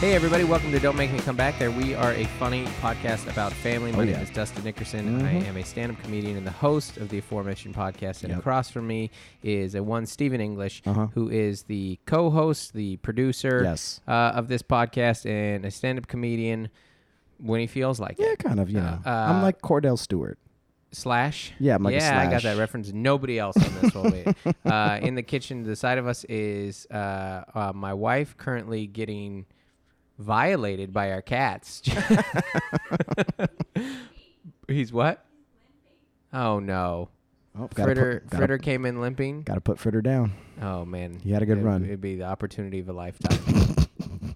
Hey, everybody, welcome to Don't Make Me Come Back There. We are a funny podcast about family. My Oh, name yeah. Mm-hmm. is Dustin Nickerson. I am a stand up comedian and the host of the aforementioned podcast. And Yep. across from me is a one, Stephen English, Uh-huh. who is the co host, the producer Yes. uh, of this podcast, and a stand up comedian when he feels like Yeah, it. kind of. You know, Uh, uh, I'm like Cordell Stewart. Slash. Yeah, I'm like a yeah, I got slash. that reference. Nobody else on this whole week. Uh, in the kitchen to the side of us is uh, uh, my wife currently getting violated by our cats. He's what? Oh no. Oh, gotta Fritter put, gotta, Fritter came in limping. gotta put Fritter down. Oh man. He had a good It- run. It'd be the opportunity of a lifetime.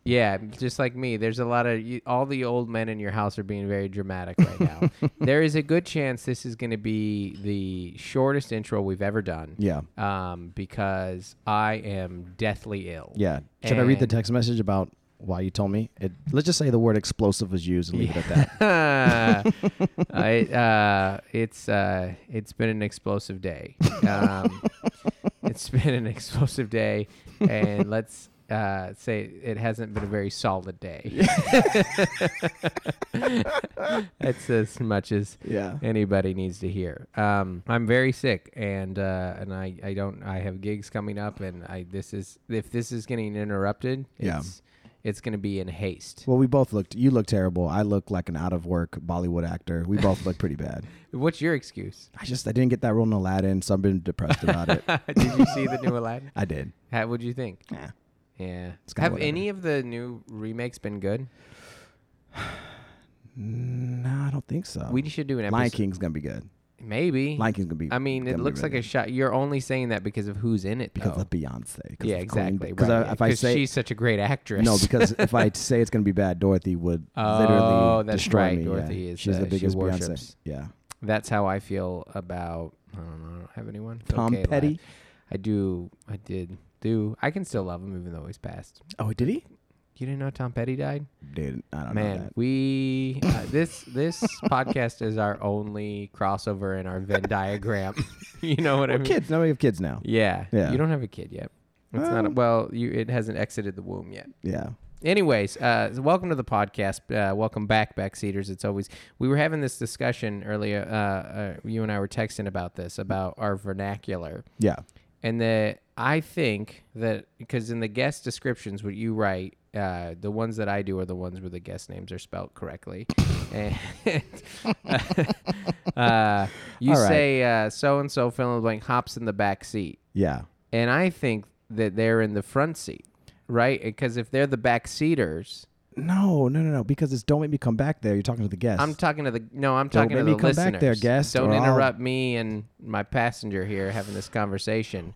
yeah, just like me. There's a lot of you, all the old men in your house are being very dramatic right now. there is a good chance this is going to be the shortest intro we've ever done. Yeah, Um, because I am deathly ill. yeah. Should I read the And- text message about why you told me? It, let's just say the word explosive was used and leave it at that. I, uh, it's uh, it's been an explosive day. Um, it's been an explosive day, and let's uh, say it hasn't been a very solid day. That's as much as Yeah. anybody needs to hear. Um, I'm very sick, and uh, and I, I don't I have gigs coming up, and I this is if this is getting interrupted, Yeah. it's it's going to be in haste. Well, we both looked. You look terrible. I look like an out of work Bollywood actor. We both look pretty bad. What's your excuse? I just I didn't get that role in Aladdin, so I've been depressed about it. Did you see the new Aladdin? I did. How would you think? Yeah. Yeah. kinda Have whatever. any of the new remakes been good? No, I don't think so. We should do an episode. Um, Lion King's gonna be good. Maybe. Lion King's gonna be. I mean, it gonna be looks really like a good. shot. You're only saying that because of who's in it, because though. of Beyonce. 'cause yeah, of Queen, exactly. Because right. I- if I 'Cause say she's such a great actress. No, because if I say it's gonna be bad, Dorothy would Oh, literally that's destroy right. me. yeah. Dorothy is, she's uh, the she biggest worships. Beyonce. Yeah, that's how I feel about. I don't know. I don't have anyone. Phil Tom Kaye lied. Petty. I do. I did. Do I can still love him even though he's passed. Oh, did he? You didn't know Tom Petty died? Dude, I don't know Man, that. we uh, this this podcast is our only crossover in our Venn diagram. you know what I Well, mean? kids. No, we have kids now. Yeah. Yeah. Um, You don't have a kid yet. It's not a, well, you it hasn't exited the womb yet. Yeah, Anyways, uh, so welcome to the podcast. Uh, welcome back, backseaters. It's always we were having this discussion earlier. Uh, uh, you and I were texting about this about our vernacular, yeah, and that I think that because in the guest descriptions, what you write, uh, the ones that I do are the ones where the guest names are spelt correctly, and uh, you All right. say so and so fill in the blank hops in the back seat. yeah. And I think that they're in the front seat, right? Because if they're the back seaters, No, no, no, no. Because it's don't make me come back there. You're talking to the guests. I'm talking to the no, I'm talking to maybe the come listeners. back there, guest, Don't or I'll- interrupt me and my passenger here having this conversation.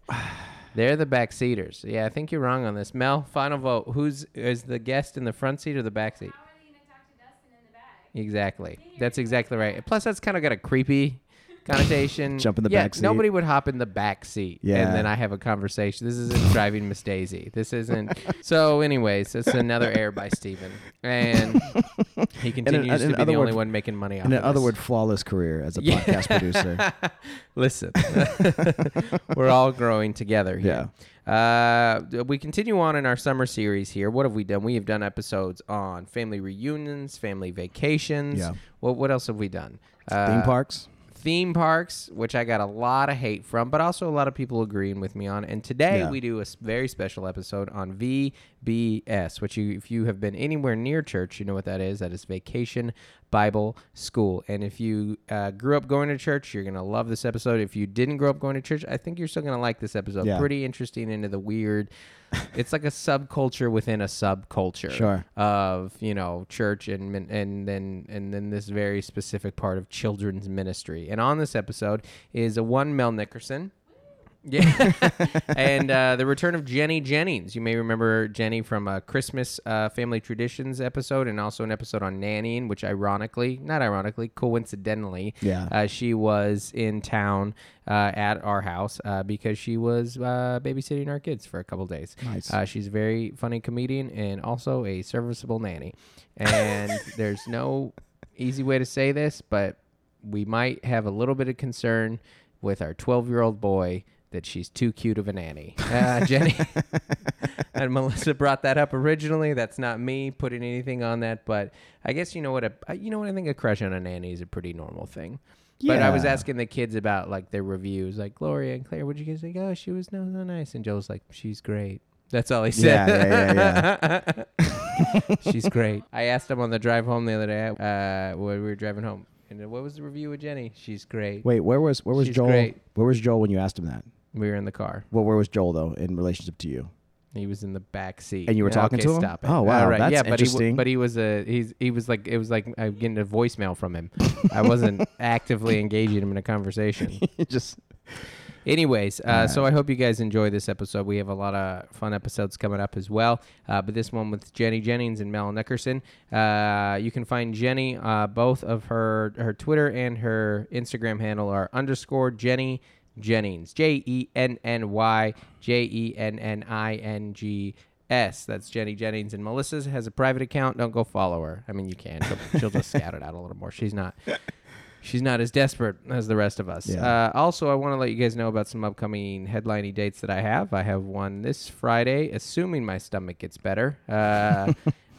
They're the back seaters. Yeah, I think you're wrong on this. Mel, final vote. Who's is the guest in the front seat or the back seat? How are they going to talk to Dustin in the back? Exactly. That's exactly right. Plus, that's kind of got a creepy connotation. Jump in the yeah, back seat. Nobody would hop in the back seat. Yeah. And then I have a conversation. This isn't driving Miss Daisy. This isn't. so, anyways, it's another error by Steven. And he continues in to be the other only words- one making money off In of another this. word, flawless career as a Yeah. podcast producer. Listen, we're all growing together here. Yeah. Uh, we continue on in our summer series here. What have we done? We have done episodes on family reunions, family vacations. Yeah. What, what else have we done? Uh, Theme parks. Theme parks, which I got a lot of hate from, but also a lot of people agreeing with me on. And today Yeah. we do a s- very special episode on VBS, which you, if you have been anywhere near church, you know what that is. That is Vacation Bible School. And if you uh, grew up going to church, you're going to love this episode. If you didn't grow up going to church, I think you're still going to like this episode. Yeah. Pretty interesting into the weird. it's like a subculture within a subculture Sure. of you know church and min- and then and then this very specific part of children's ministry. And on this episode is a one Mel Nickerson. Yeah, and uh, the return of Jenny Jennings. You may remember Jenny from a Christmas uh, family traditions episode, and also an episode on nannying, which ironically, not ironically, coincidentally, Yeah. uh, she was in town uh, at our house uh, because she was uh, babysitting our kids for a couple days. Nice. Uh, she's a very funny comedian and also a serviceable nanny. And there's no easy way to say this, but we might have a little bit of concern with our 12 year old boy that she's too cute of a nanny. Uh, Jenny, and Melissa brought that up originally. That's not me putting anything on that, but I guess you know what a uh, you know what I think a crush on a nanny is a pretty normal thing. But I was Yeah. asking the kids about like their reviews, like Gloria and Claire. Would you guys think? Oh, she was no no nice, and Joe's like, she's great. That's all he said. Yeah, she's great. I asked him on the drive home the other day uh, when we were driving home, and uh, what was the review with Jenny? She's great. Wait, where was where was She's Joel? great. Where was Joel when you asked him that? We were in the car. Well, where was Joel though in relationship to you? He was in the back seat, And you were talking okay, to him? Stop it. Oh, wow, All that's yeah, but He, w- interesting. but he was a he's he was like it was like I'm getting a voicemail from him. I wasn't actively engaging him in a conversation. Just Anyways, uh, so I hope you guys enjoy this episode. We have a lot of fun episodes coming up as well. Uh, but this one with Jenny Jennings and Mel Nickerson. Uh, you can find Jenny, uh, both of her her Twitter and her Instagram handle are underscore Jenny Jennings. J E N N Y J E N N I N G S. That's Jenny Jennings. And Melissa's has a private account. Don't go follow her. I mean, you can. She'll, she'll just scout it out a little more. She's not. She's not as desperate as the rest of us. Yeah. Uh, also, I want to let you guys know about some upcoming headlining dates that I have. I have one this Friday, assuming my stomach gets better, uh,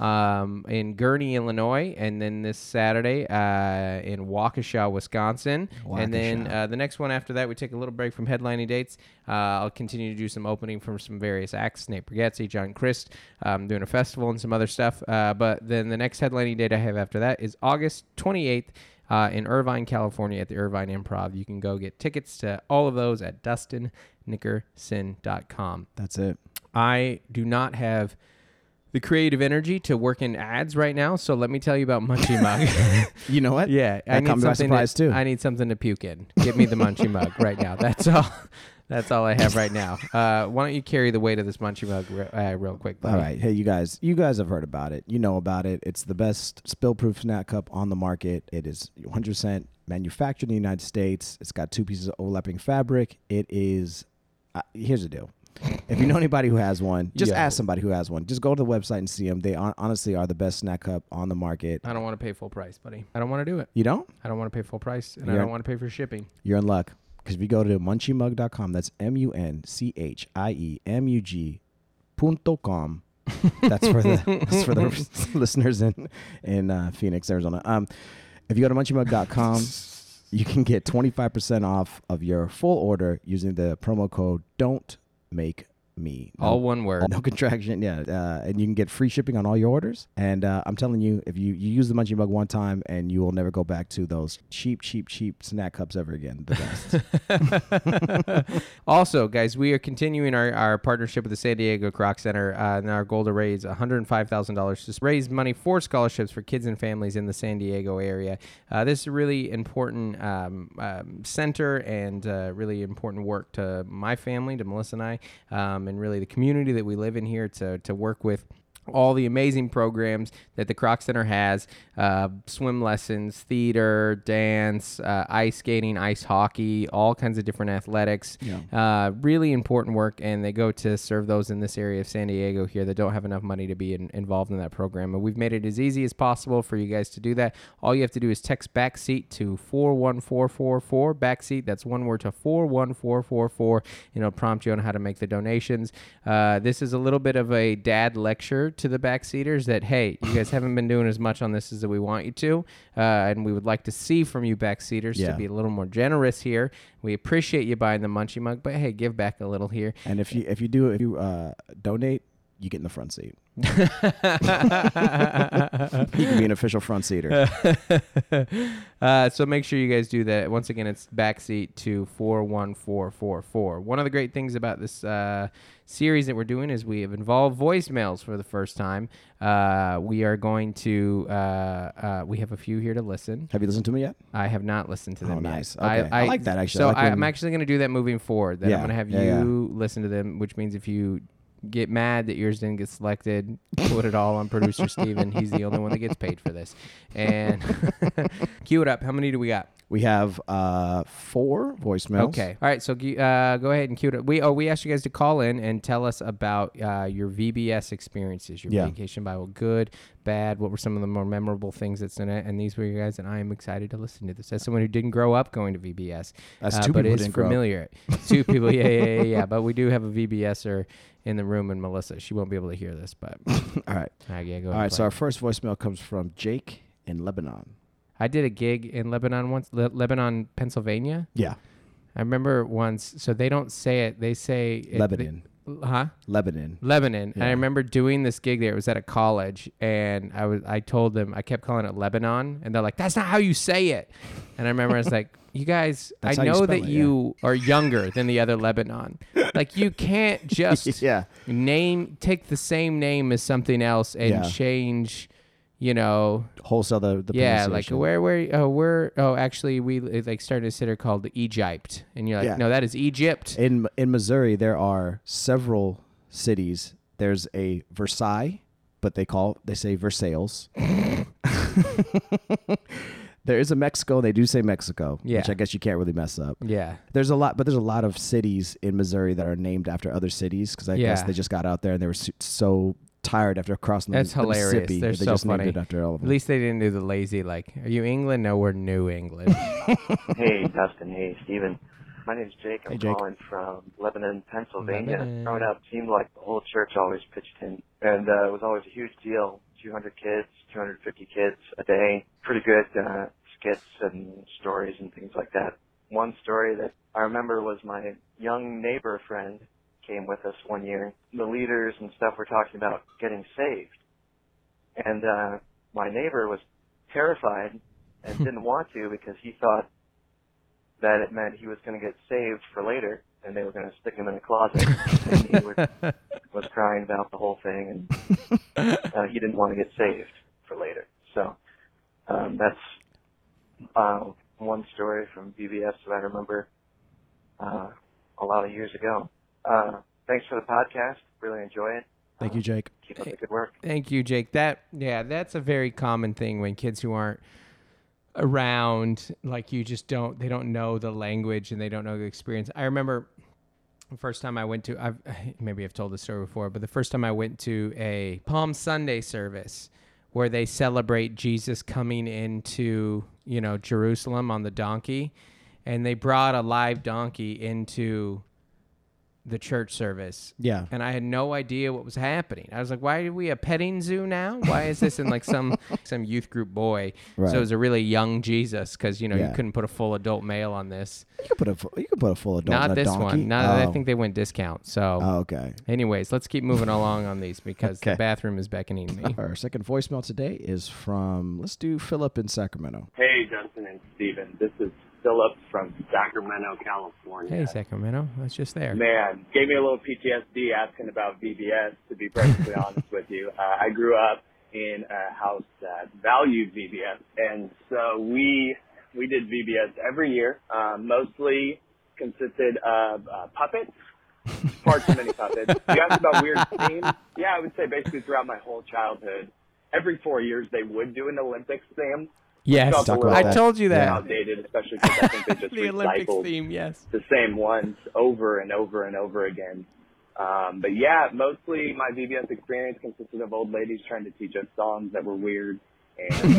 um, in Gurney, Illinois, and then this Saturday uh, in Waukesha, Wisconsin. And then Waukesha. uh, the next one after that, we take a little break from headlining dates. Uh, I'll continue to do some opening from some various acts Nate Bargatze, John Christ, um, doing a festival and some other stuff. Uh, but then the next headlining date I have after that is August 28th uh, in Irvine, California at the Irvine Improv. You can go get tickets to all of those at DustinNickerson.com. that's it. I do not have the creative energy to work in ads right now, so let me tell you about Munchie Mug. You know what? Yeah, That caught me by to- surprise, too. I need something to puke in. Give me the munchie mug right now. That's all. That's all I have right now. Uh, why don't you carry the weight of this munchie mug re- uh, real quick? All right, hey you guys, you guys have heard about it. You know about it. It's the best spill-proof snack cup on the market. It is 100% manufactured in the United States. It's got two pieces of overlapping fabric. It is uh, here's the deal. If you know anybody who has one, just Yo. ask somebody who has one. Just go to the website and see them. They hon- honestly are the best snack cup on the market. I don't want to pay full price, buddy. I don't want to do it. You don't? I don't want to pay full price, and I Yeah. don't want to pay for shipping. You're in luck because if you go to munchiemug.com, that's M U N C H I E M U G punto com. That's for the that's for the listeners in in uh, Phoenix, Arizona. Um, if you go to munchiemug.com, you can get 25% off of your full order using the promo code Don't Make Me. No All one word. no contraction, yeah. Uh, and you can get free shipping on all your orders. And uh, I'm telling you, if you, you use the Munchie Mug one time, and you will never go back to those cheap, cheap, cheap snack cups ever again. The best. also, guys, we are continuing our, our partnership with the San Diego Croc Center, uh, and our goal to raise $105,000 to raise money for scholarships for kids and families in the San Diego area. Uh, this is a really important um, um, center and uh, really important work to my family, to Melissa and I, um, and really the community that we live in here to, to work with all the amazing programs that the Croc Center has uh, swim lessons, theater, dance, uh, ice skating, ice hockey, all kinds of different athletics. Uh, really important work, and they go to serve those in this area of San Diego here that don't have enough money to be in, involved in that program. And we've made it as easy as possible for you guys to do that. All you have to do is text backseat to 41444 backseat. That's one word to 41444, and it'll prompt you on how to make the donations. Uh, this is a little bit of a dad lecture to the backseaters that, hey, you guys haven't been doing as much on this as we want you to, uh, and we would like to see from you backseaters to Yeah. be a little more generous here. We appreciate you buying the munchie mug, but hey, give back a little here. and if you if you do if you uh, donate, you get in the front seat. You can be an official front seater. uh, so make sure you guys do that. Once again, it's backseat to 41444. One of the great things about this uh, series that we're doing is we have involved voicemails for the first time. Uh, we are going to, uh, uh, we have a few here to listen. Have you listened to me yet? I have not listened to them Oh, yet. nice. Okay. I like that, actually. So I like when- am actually going to do that moving forward. That Yeah. I'm going to have Yeah, you listen to them, which means if you get mad that yours didn't get selected, put it all on producer Steven. He's the only one that gets paid for this. And cue it up. How many do we got? We have uh, four voicemails. Okay. All right. So gu- uh, go ahead and cue it. up. We oh we asked you guys to call in and tell us about uh, your VBS experiences, your Yeah. vacation Bible, good, bad. What were some of the more memorable things that's in it? And these were your guys, and I am excited to listen to this. As someone who didn't grow up going to VBS, That's uh, two but people who is didn't grow up. familiar. two people. Yeah, yeah, yeah, yeah. But we do have a VBSer in the room, and Melissa, she won't be able to hear this, but All right. Uh, yeah, go All ahead right. and So play. our first voicemail comes from Jake in Lebanon. I did a gig in Lebanon once, Le- Lebanon, Pennsylvania. Yeah. I remember once. So they don't say it; they say it, they- Lebanon. huh? Lebanon. Lebanon. And I Yeah. remember doing this gig there. It was at a college, and I was I told them I kept calling it Lebanon, and they're like, "That's not how you say it." And I remember I was like, "You guys, That's I how you know spell that it, yeah." you are younger than the other Lebanon. Like you can't just yeah. name take the same name as something else and Yeah. change." You know, Wholesale the, the yeah, like pronunciation. where, where, oh, where, oh, actually, we it, like started a sitter called Egypt, and you're like, Yeah. no, that is Egypt. in in Missouri there are several cities. There's a Versailles, but they call they say Versailles. there is a Mexico. They do say Mexico, Yeah. which I guess you can't really mess up. yeah, There's a lot, but there's a lot of cities in Missouri that are named after other cities because I guess Yeah. they just got out there and they were so, so tired after crossing That's the, hilarious. Mississippi. They're that they so just funny. named it after all of At them. least they didn't do the lazy like, are you England? No, we're New England. Hey, Dustin. Hey, Steven. My name's Jake. I'm Hey, Jake. calling from Lebanon, Pennsylvania. Lebanon. Growing up, seemed like the whole church always pitched in, and uh, it was always a huge deal. 200 kids, 250 kids a day. Pretty good uh, skits and stories and things like that. One story that I remember was my young neighbor friend came with us one year. The leaders and stuff were talking about getting saved, and uh, my neighbor was terrified and didn't want to because he thought that it meant he was going to get saved for later, and they were going to stick him in a closet. and he would, was crying about the whole thing, and uh, he didn't want to get saved for later. So um, that's uh, one story from BBS that I remember uh, a lot of years ago. Uh, thanks for the podcast. Really enjoy it. Thank you, Jake. Keep up the good work. Thank you, Jake. That yeah, that's a very common thing when kids who aren't around, like you just don't they don't know the language and they don't know the experience. I remember the first time I went to I've maybe I've told this story before, but the first time I went to a Palm Sunday service where they celebrate Jesus coming into, you know, Jerusalem on the donkey and they brought a live donkey into the church service Yeah. and I had no idea what was happening. I was like, "Why are we a petting zoo now? Why is this in like some some youth group boy?" Right. So it was a really young Jesus because you know Yeah. you couldn't put a full adult male on this. You could put a fu- you could put a full adult. in Not a this donkey. one. Not, Oh. I think they went discount. So, Oh, okay. anyways, let's keep moving along on these because the Okay. bathroom is beckoning me. Our second voicemail today is from let's do Philip in Sacramento. Hey, Justin and Steven. This is Philip from Sacramento, California. Hey, Sacramento, that's just there. Man, gave me a little PTSD asking about VBS, to be perfectly honest with you. Uh, I grew up in a house that valued VBS, and so we we did VBS every year. Uh, mostly consisted of uh, puppets, far too many puppets. You asked about weird themes. Yeah, I would say basically throughout my whole childhood, every four years they would do an Olympics theme. Yes, Talk about I that. told you that. outdated, especially because I think they just the Olympics recycled theme, yes. the same ones over and over and over again. Um, but yeah, mostly my VBS experience consisted of old ladies trying to teach us songs that were weird and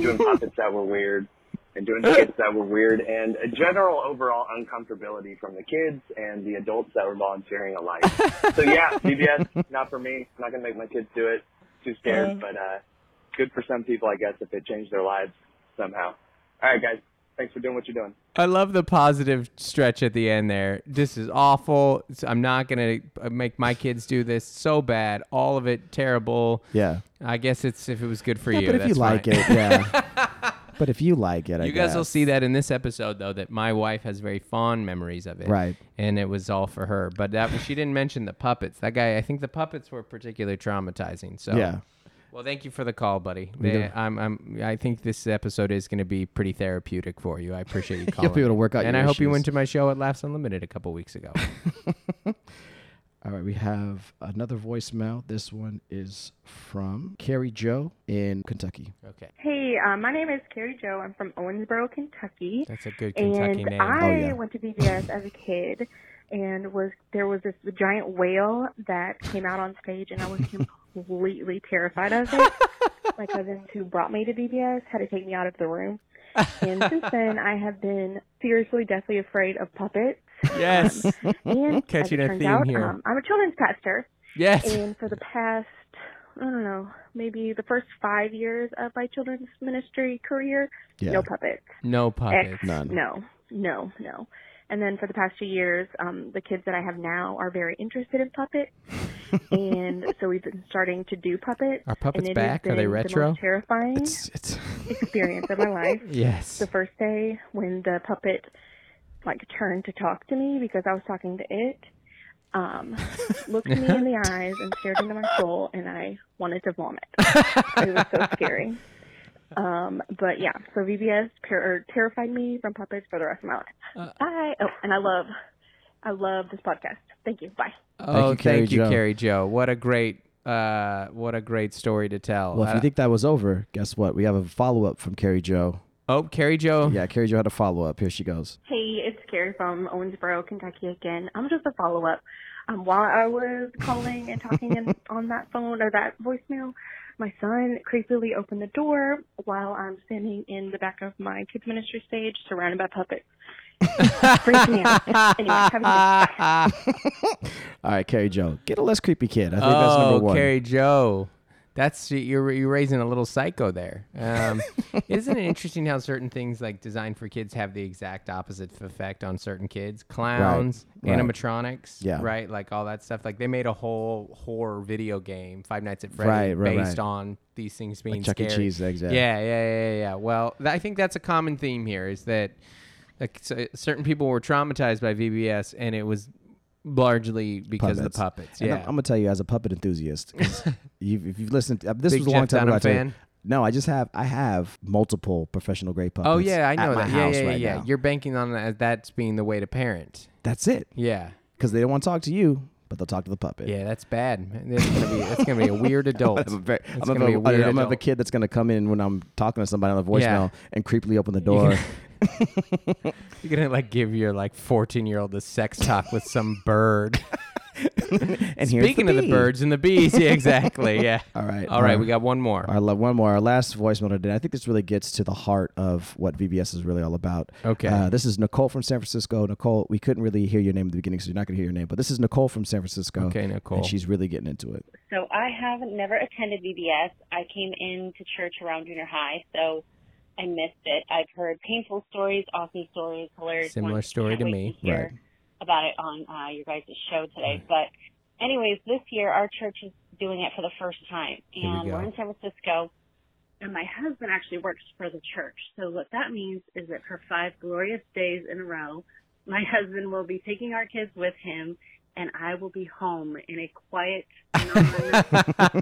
doing puppets that were weird and doing skits that were weird and a general overall uncomfortability from the kids and the adults that were volunteering alike. so yeah, VBS, not for me. I'm not going to make my kids do it. Too scared, but uh, good for some people, I guess, if it changed their lives somehow. All right, guys. Thanks for doing what you're doing. I love the positive stretch at the end there. This is awful. It's- I'm not going to make my kids do this so bad. All of it terrible. Yeah. I guess it's if it was good for Yeah, you. but if you that's like fine. it, yeah. but if you like it, I You guys will guess. see that in this episode, though, that my wife has very fond memories of it. Right. And it was all for her. But that she didn't mention the puppets. That guy, I think the puppets were particularly traumatizing. So, Yeah. Well, thank you for the call, buddy. They- I'm, I'm, I think this episode is going to be pretty therapeutic for you. I appreciate you calling. be able to in. work out And your I hope you issues. went to my show at Laughs Unlimited a couple weeks ago. All right, we have another voicemail. This one is from Carrie Joe in Kentucky. Okay. Hey, uh, my name is Carrie Joe. I'm from Owensboro, Kentucky. That's a good Kentucky and name. I Oh, yeah. went to BBS as a kid, and was there was this giant whale that came out on stage, and I was completely terrified of it. My cousins who brought me to BBS had to take me out of the room, and since then I have been seriously, deathly afraid of puppets. yes. And as it Hmm, Catching a turns theme out, here. Um, I'm a children's pastor, Yes. and for the past I don't know, maybe the first five years of my children's ministry career, Yeah. no puppets. No puppets. X, None. No, no, no. And then for the past few years, um, the kids that I have now are very interested in puppets, and so we've been starting to do puppets. Are puppets and it has back? Are they been the retro? most terrifying It's, it's experience of my life. Yes. The first day when the puppet like turned to talk to me because I was talking to it, um, looked me in the eyes and stared into my soul, and I wanted to vomit. it was so scary. Um, but yeah, so VBS ter- or terrified me from puppets for the rest of my life. Bye. Oh, and I love, I love this podcast. Thank you. Bye. oh, Carrie thank you, Jo. Carrie Joe. What a great, uh, what a great story to tell. well, if you Uh, think that was over, guess what? We have a follow up from Carrie Joe. oh, Carrie Joe. Yeah, Carrie Joe had a follow up. Here she goes. Hey, it's Carrie from Owensboro, Kentucky again. I'm just a follow up. Um, while I was calling and talking in, on that phone or that voicemail, my son creepily opened the door while I'm standing in the back of my kids ministry stage, surrounded by puppets. Freaked me out. Anyway, have a good day. All right, Carrie Joe, get a less creepy kid. I think that's oh, number one. Carrie Joe. That's you're you're raising a little psycho there. Um, isn't it interesting how certain things like designed for kids have the exact opposite f- effect on certain kids? Clowns, right. animatronics, Yeah. right? Like all that stuff. Like they made a whole horror video game, Five Nights at Freddy's, Right, right, based right. on these things being Chuck E. scary. Cheese, exactly. Yeah, yeah, yeah, yeah. Well, th- I think that's a common theme here is that like c- certain people were traumatized by VBS, and it was largely because of the puppets. And Yeah. I'm, I'm gonna tell you, as a puppet enthusiast, 'cause you've, if you've listened, uh, this Big was a long Jeff time ago. Dunham I tell you. fan? No, I just have I have multiple professional grade puppets. Oh yeah, I know at my that. Yeah, house yeah, yeah, right yeah. now. You're banking on that, that's being the way to parent. That's it, Yeah, because they don't want to talk to you, but they'll talk to the puppet. yeah, that's bad. man. That's gonna be that's gonna be a weird adult. I'm, a very, That's I'm, gonna gonna be a weird I'm gonna have a adult. kid that's gonna come in when I'm talking to somebody on the voicemail Yeah. and creepily open the door. You're gonna like give your like 14 year old a sex talk with some bird. and here's Speaking of the bee. birds and the bees, yeah, exactly. Yeah. All right, All right, our- we got one more. Our love, one more. Our last voicemail today. I think this really gets to the heart of what VBS is really all about. Okay. Uh, this is Nicole from San Francisco. Nicole, we couldn't really hear your name at the beginning, so you're not going to hear your name. But this is Nicole from San Francisco. Okay, Nicole. And she's really getting into it. So I have never attended VBS. I came into church around junior high, so I missed it. I've heard painful stories, awesome stories, hilarious. Similar ones. story Can't wait to me. hear Right. About it on uh, your guys' show today. But, anyways, this year our church is doing it for the first time, Here we and go. we're in San Francisco. And my husband actually works for the church, so what that means is that for five glorious days in a row, my husband will be taking our kids with him, and I will be home in a quiet, non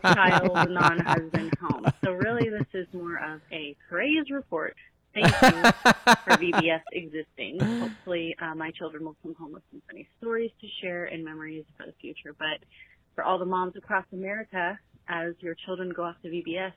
child, non husband home. So, really, this is more of a praise report. Thank you for VBS existing. Hopefully, uh, my children will come home with some funny stories to share and memories for the future. But for all the moms across America, as your children go off to VBS,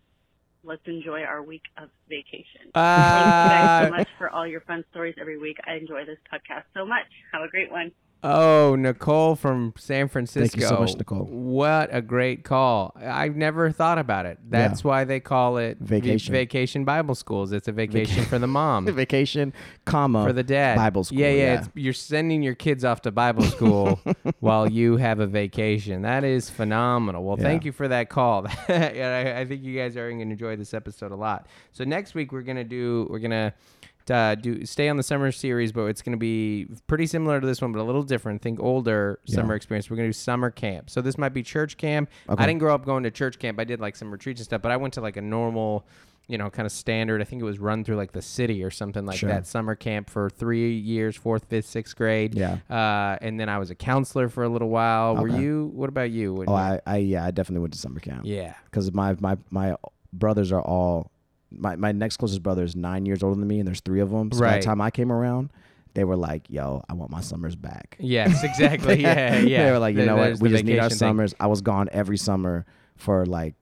let's enjoy our week of vacation. Thank you guys so Uh, much for all your fun stories every week. I enjoy this podcast so much. Have a great one. oh, Nicole from San Francisco. you so much, Nicole. What a great call. I've never thought about it. That's why they call it v- Vacation. vacation Bible schools. It's a vacation for the mom. Vacation, comma for the dad. Bible school. Yeah, yeah. It's, you're sending your kids off to Bible school while you have a vacation. That is phenomenal. Well, thank Yeah. you for that call. Yeah, I, I think you guys are going to enjoy this episode a lot. So next week we're gonna do we're gonna. Uh, do stay on the summer series, but it's going to be pretty similar to this one, but a little different. Think older summer experience. We're going to do summer camp. So this might be church camp. I didn't grow up going to church camp. I did like some retreats and stuff, but I went to like a normal, you know, kind of standard. I think it was run through like the city or something like Sure. that summer camp for three years, fourth, fifth, sixth grade. Yeah. Uh, and then I was a counselor for a little while. Were Okay. you? What about you? When Oh, you- I, I, yeah, I definitely went to summer camp. yeah. Because my, my, my brothers are all, my, my next closest brother is nine years older than me, and there's three of them. So by Right. the time I came around, they were like, "Yo, I want my summers back." Yes, exactly. Yeah, yeah. They were like, you There- know what? there's We the just need our vacation thing. summers. I was gone every summer for like,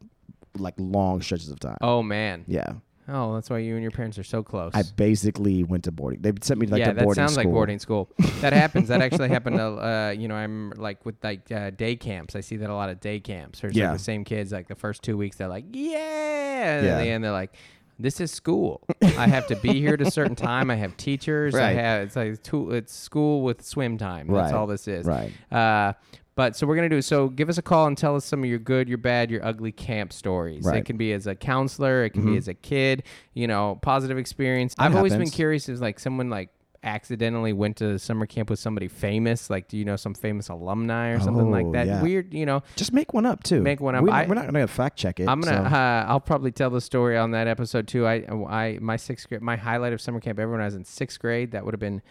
like long stretches of time. Oh man. Yeah, Oh, that's why you and your parents are so close. I basically went to boarding. They sent me like yeah, to that boarding sounds school. like boarding school. That happens. That actually happened. To, uh, you know, I'm like with like uh, day camps. I see that a lot of day camps. There's Yeah. like the same kids. Like the first two weeks, they're like, yeah, and Yeah. at the end, they're like. This is school. I have to be here at a certain time. I have teachers. Right. I have it's like two, it's school with swim time. That's Right. all this is. Right. Uh, but so we're gonna do. So give us a call and tell us some of your good, your bad, your ugly camp stories. It Right. Mm-hmm. can be as a counselor. It can be as a kid. You know, positive experience. I've always been happens. curious if like someone like accidentally went to summer camp with somebody famous. Like, do you know some famous alumni or something like Oh, that? yeah. Weird. You know, Just make one up too. Make one up. We're, I- we're not gonna fact check it. I'm gonna. so- Uh, I'll probably tell the story on that episode too. I, uh, I, my sixth grade, my highlight of summer camp ever when I was in sixth grade. That would have been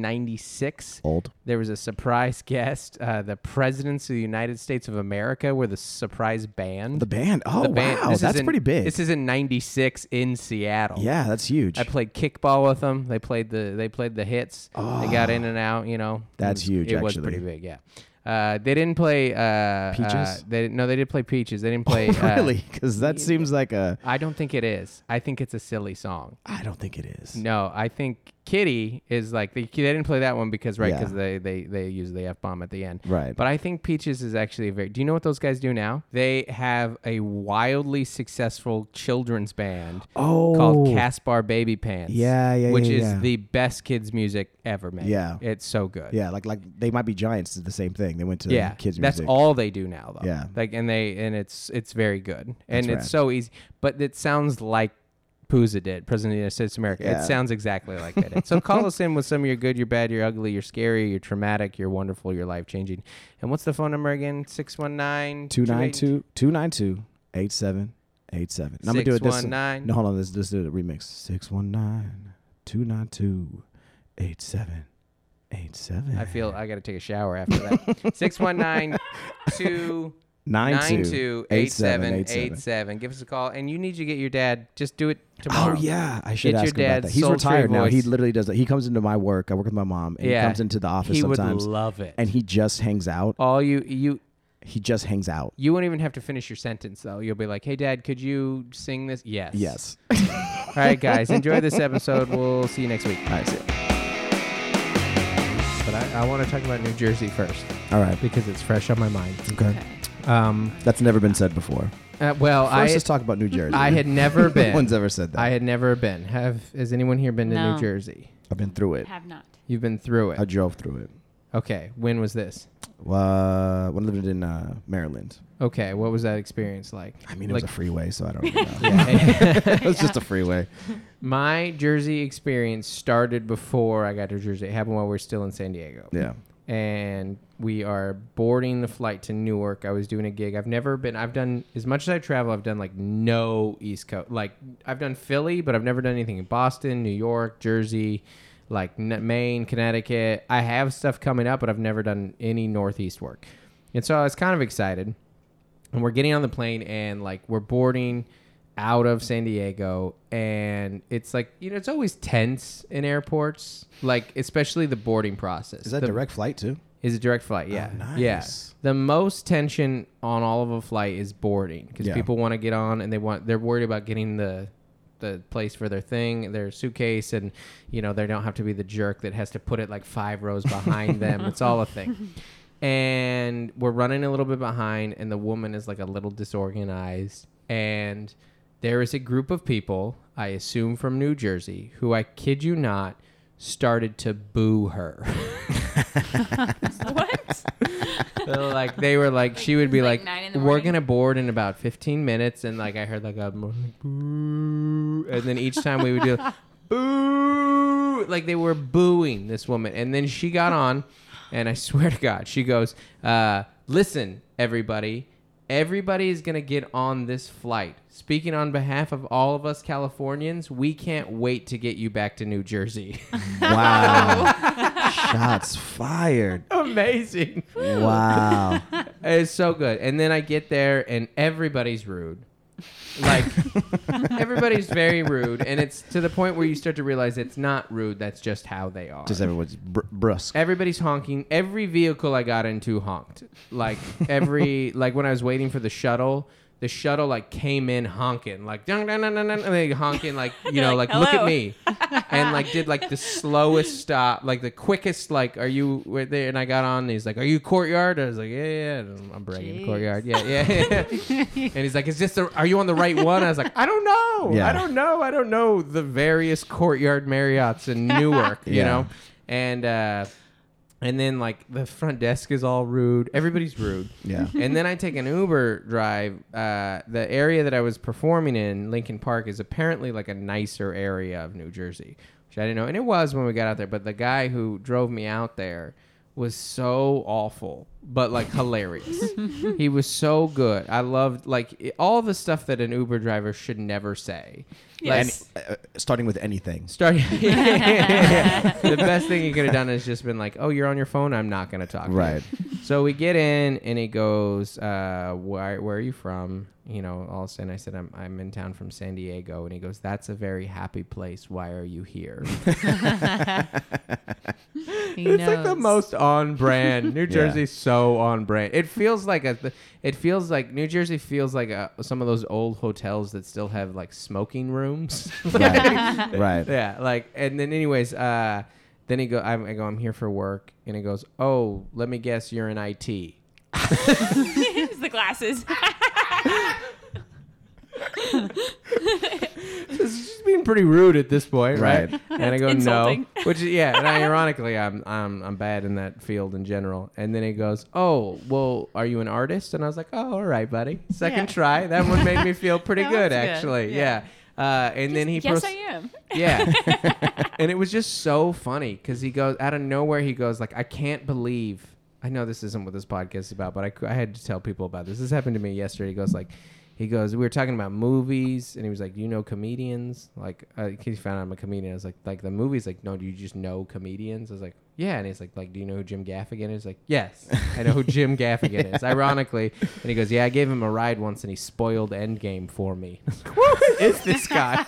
1996. old. There was a surprise guest. Uh, the presidents of the United States of America were the surprise band. The band. Oh The band- wow, this is that's in- pretty big. This is in '96 in Seattle. yeah, that's huge. I played kickball with them. They played the they played the hits. They got in and out. You know, Ah. That's It was- huge, It was actually. pretty big. Yeah. Uh, they didn't play uh, Peaches? Oh, Uh, they no, they did play peaches. They didn't play uh, really? Because that seems like a. I don't think it is. I think it's a silly song. I don't think it is. No, I think Kitty is like they, they didn't play that one because right Yeah. because they, they they use the f bomb at the end. Right. But I think Peaches is actually a very. Do you know what those guys do now? They have a wildly successful children's band oh, called Caspar Baby Pants. Yeah, yeah, Which yeah, is yeah. the best kids music ever made. Yeah. it's so good. Yeah, like like they might be giants. Is the same thing. They went to Yeah, kids. that's music. all they do now, though. Yeah. like and they and it's it's very good and it's That's rad. so easy, but it sounds like Pooza did, President of the United States of America. Yeah. It sounds exactly like that. did. so call us in with some of your good, your bad, your ugly, your scary, your traumatic, your wonderful, your life changing. And what's the phone number again? 619 292 292 8787. And I'm going to do it this 619. No, hold on. Let's just do the remix. 619 292 8787. I feel I got to take a shower after that. 619 2 928787. Give us a call. And you need to get your dad. Just do it Oh tomorrow. yeah, I Get should your ask him about that. dad's He's sultry retired now. He voice. literally does that. He comes into my work. I work with my mom, and Yeah. he comes into the office He would sometimes, love it. and he just hangs out. all you you He just hangs out. you won't even have to finish your sentence though. You'll be like, "Hey, Dad, could you sing this?" Yes. Yes. All right, guys, enjoy this episode. We'll see you next week. All right. see ya. But I, I want to talk about New Jersey first All right. because it's fresh on my mind. Okay. Um, That's never been said before. uh, well, First, I let's talk about New Jersey. I had never no been. one's ever said that. I had never been. Have has anyone here been to No. New Jersey? I've been through it. Have not. You've been through I it. drove through it. Okay, when was this? Uh, when I lived in uh, Maryland. Okay, what was that experience like? I mean, it like, was a freeway, so I don't really know. it was just a freeway. my Jersey experience started before I got to Jersey. It happened while we were still in San Diego. Yeah. and we are boarding the flight to Newark. I was doing a gig. I've never been. I've done as much as I travel. I've done like no East Coast. Like I've done Philly, but I've never done anything in Boston, New York, Jersey, like N- Maine, Connecticut. I have stuff coming up, but I've never done any Northeast work. And so I was kind of excited and we're getting on the plane and like we're boarding out of San Diego and it's like you know it's always tense in airports like especially the boarding process. Is that the, direct flight too? Is a direct flight? Yeah. Oh, nice. Yeah. The most tension on all of a flight is boarding because Yeah. people want to get on and they want they're worried about getting the the place for their thing, their suitcase, and you know they don't have to be the jerk that has to put it like five rows behind them. It's all a thing. And we're running a little bit behind, and the woman is like a little disorganized. And there is a group of people, I assume from New Jersey, who I kid you not, started to boo her. What? So, like they were like she would be Like like, nine in the we're morning?" gonna board in about 15 minutes and like i heard like a boo and then each time we would do boo like they were booing this woman and then she got on and i swear to god she goes uh, listen everybody everybody is gonna get on this flight speaking on behalf of all of us californians we can't wait to get you back to new jersey Wow. Shots fired. amazing Wow. It's so good. And then I get there and everybody's rude. Like everybody's very rude, and it's to the point where you start to realize it's not rude. That's just how they are. Just everyone's br- brusque. Everybody's honking. Every vehicle I got into honked. Like every like when I was waiting for the shuttle, the shuttle like came in honking, like dun dun dun dun, dun and they honking like you know like, like, look at "Hello." me, and like did like the slowest stop, like the quickest like are you were there? And I got on. And he's like, are you courtyard? I was like, yeah yeah. yeah." And I'm bragging Jeez. courtyard. Yeah yeah. yeah. and he's like, is this the? Are you on the right one? I was like, I don't know. Yeah. I don't know. I don't know the various courtyard Marriotts in Newark. You Yeah. know, and. uh and then like the front desk is all rude. Everybody's rude. Yeah. And then I take an Uber drive. Uh, the area that I was performing in, Lincoln Park, is apparently like a nicer area of New Jersey, which I didn't know. And it was when we got out there. But the guy who drove me out there was so awful, but like hilarious. he was so good. I loved like i- all the stuff that an Uber driver should never say. Like, Yes. Any- uh, uh, starting with anything. Start. the best thing you could have done is just been like, "Oh, you're on your phone. I'm not gonna talk." to you." Right. So we get in, and he goes, uh, "Where Where are you from?" You know, all of a sudden I said, "I'm I'm in town from San Diego," and he goes, "That's a very happy place. Why are you here?" He it's like the knows. most on brand. New Jersey's so on brand. It feels like a. It feels like New Jersey feels like a, some of those old hotels that still have like smoking rooms. Right. right. yeah like and then anyways uh then he go I, I go i'm here for work and he goes oh let me guess you're in it It's the glasses. she's being pretty rude at this point right, Right. and i go insulting. no which is- yeah and I, ironically I'm, I'm i'm bad in that field in general and then he goes oh well are you an artist and i was like oh all right buddy second Yeah. try that one made me feel pretty That good, one's good, actually yeah, yeah. Uh, and then he yes, proce- I am. Yeah. and it was just so funny because he goes out of nowhere. He goes like, I can't believe. I know this isn't what this podcast is about, but I, cou- I had to tell people about this. This happened to me yesterday. He goes like, he goes, we were talking about movies, and he was like, you know comedians? Like, uh, he found out I'm a comedian. I was like, like the movies, like, no, do you just know comedians? I was like, yeah. And he's like, like, do you know who Jim Gaffigan is? Like, yes, I know who Jim Gaffigan is. Ironically, and he goes, yeah, I gave him a ride once, and he spoiled Endgame for me. I was like, Who is this guy?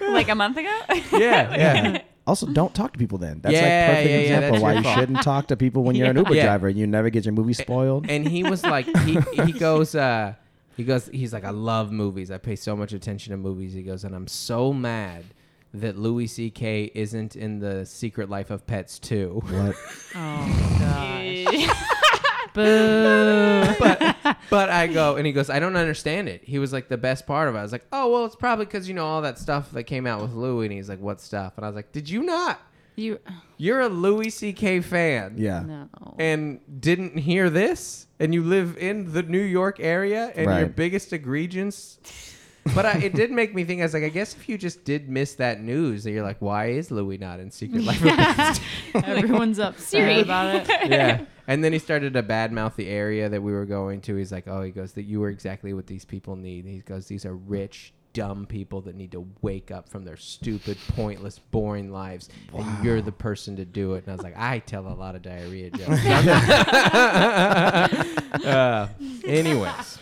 Like a month ago. yeah, yeah. Also, don't talk to people then. That's Yeah, like perfect yeah, yeah, example that's why your you fault. shouldn't talk to people when you're an Uber Yeah. Eh. driver and you never get your movie spoiled. and he was like he, he goes uh he goes he's like i love movies i pay so much attention to movies he goes and i'm so mad that louis ck isn't in the secret life of pets 2 What? oh gosh. but but i go and he goes i don't understand it he was like the best part of it i was like oh well it's probably because you know all that stuff that came out with louis and he's like what stuff and i was like did you not You you're a louis ck fan Yeah. no. and didn't hear this and you live in the New York area and your Right. biggest egregious but I, it did make me think. I was like, I guess if you just did miss that news, that you're like, why is Louis not in Secret Life? of Pets? Everyone's upset Siri. about it. yeah. And then he started to badmouth the area that we were going to. He's like, oh, he goes, that you were exactly what these people need. He goes, these are rich, dumb people that need to wake up from their stupid, pointless, boring lives, and you're the person to do it. And I was like, I tell a lot of diarrhea jokes. uh, anyways.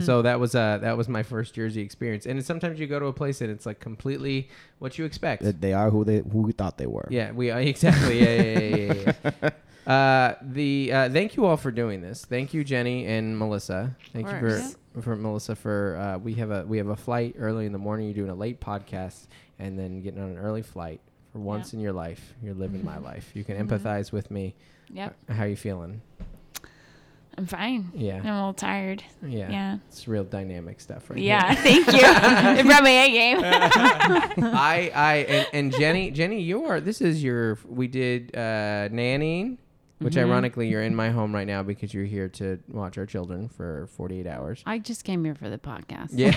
So that was uh that was my first Jersey experience, and sometimes you go to a place and it's like completely what you expect. That They are who they who we thought they were. Yeah, we are exactly. Yeah, yeah, yeah, yeah. yeah, yeah. uh, the uh, thank you all for doing this. Thank you, Jenny and Melissa. Thank you course. for for Melissa for uh, we have a we have a flight early in the morning. You're doing a late podcast and then getting on an early flight. For once in your life, you're living my life. You can empathize with me. Mm-hmm. Yep. How you feeling? I'm fine. Yeah. I'm a little tired. Yeah. Yeah. It's real dynamic stuff, right? Yeah. Thank you. it brought my A game. I I and, and Jenny Jenny you are this is your we did uh nannying which Mm-hmm. ironically you're in my home right now because you're here to watch our children for 48 hours. I just came here for the podcast. Yeah.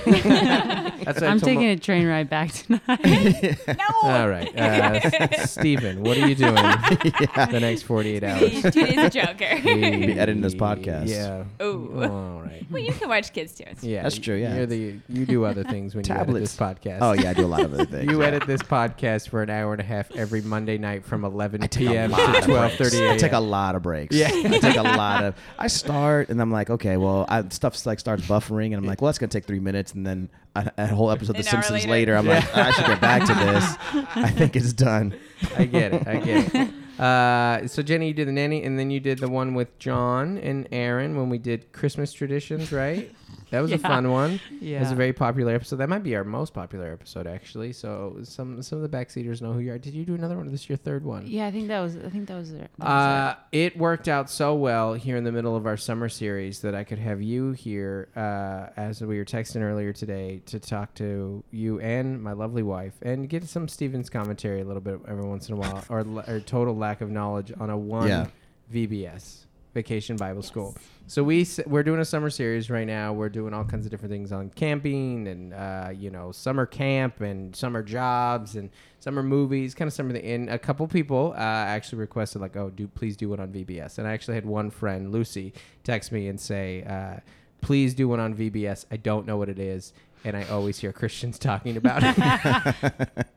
That's what I I'm told taking Mo- a train ride back tonight. All right. Uh, Steven, what are you doing the next 48 hours? Two days of Joker. Be editing this podcast. Yeah. Ooh. All right. well, you can watch kids too. It's- Yeah. That's true, yeah. You're the you do other things when you edit this Tablets. podcast. Oh yeah, I do a lot of other things. You yeah. edit this podcast for an hour and a half every Monday night from 11 Take a p.m. to lot of breaks. 12:30 a.m. I take a lot of breaks. Yeah. I take a lot of. I start and I'm like, okay, well, I, stuff's like starts buffering, and I'm like, well, that's gonna take three minutes, and then a, a whole episode of The An hour Simpsons later, later. I'm like, I should get back to this. I think it's done. I get it. I get it. Uh, so Jenny, you did the nanny, and then you did the one with John and Aaron when we did Christmas traditions, right? That was a Yeah. fun one. It was Yeah. a very popular episode. That might be our most popular episode, actually. So some some of the backseaters know who you are. Did you do another one? Or this is your third one? Yeah, I think that was. I think that was. it. That was Uh, it worked out so well here in the middle of our summer series that I could have you here uh, as we were texting earlier today to talk to you and my lovely wife and get some Stevens commentary a little bit every once in a while or, l- or total lack of knowledge on a one Yeah. VBS Vacation Bible School. So we s- we're doing a summer series right now. We're doing all kinds of different things on camping and uh, you know summer camp and summer jobs and summer movies, kind of summer. Thing. And a couple people uh, actually requested like, oh, do please do one on VBS. And I actually had one friend, Lucy, text me and say, uh, please do one on VBS. I don't know what it is, and I always hear Christians talking about it.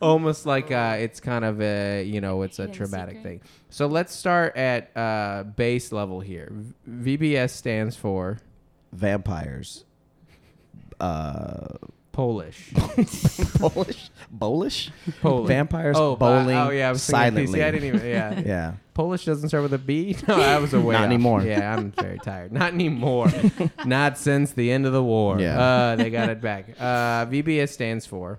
Almost like uh, it's kind of a you know it's a Hidden traumatic secret. thing. So let's start at uh, base level here. V- VBS stands for Vampires. Uh, Polish. Polish, Polish, Polish. vampires but- bowling. oh yeah, I was thinking PC. silently. I didn't even. Yeah. Yeah. Polish doesn't start with a B. No, I was away. Not off. anymore. Yeah, I'm very tired. Not anymore. Not since the end of the war. Yeah. Uh, they got it back. Uh, VBS stands for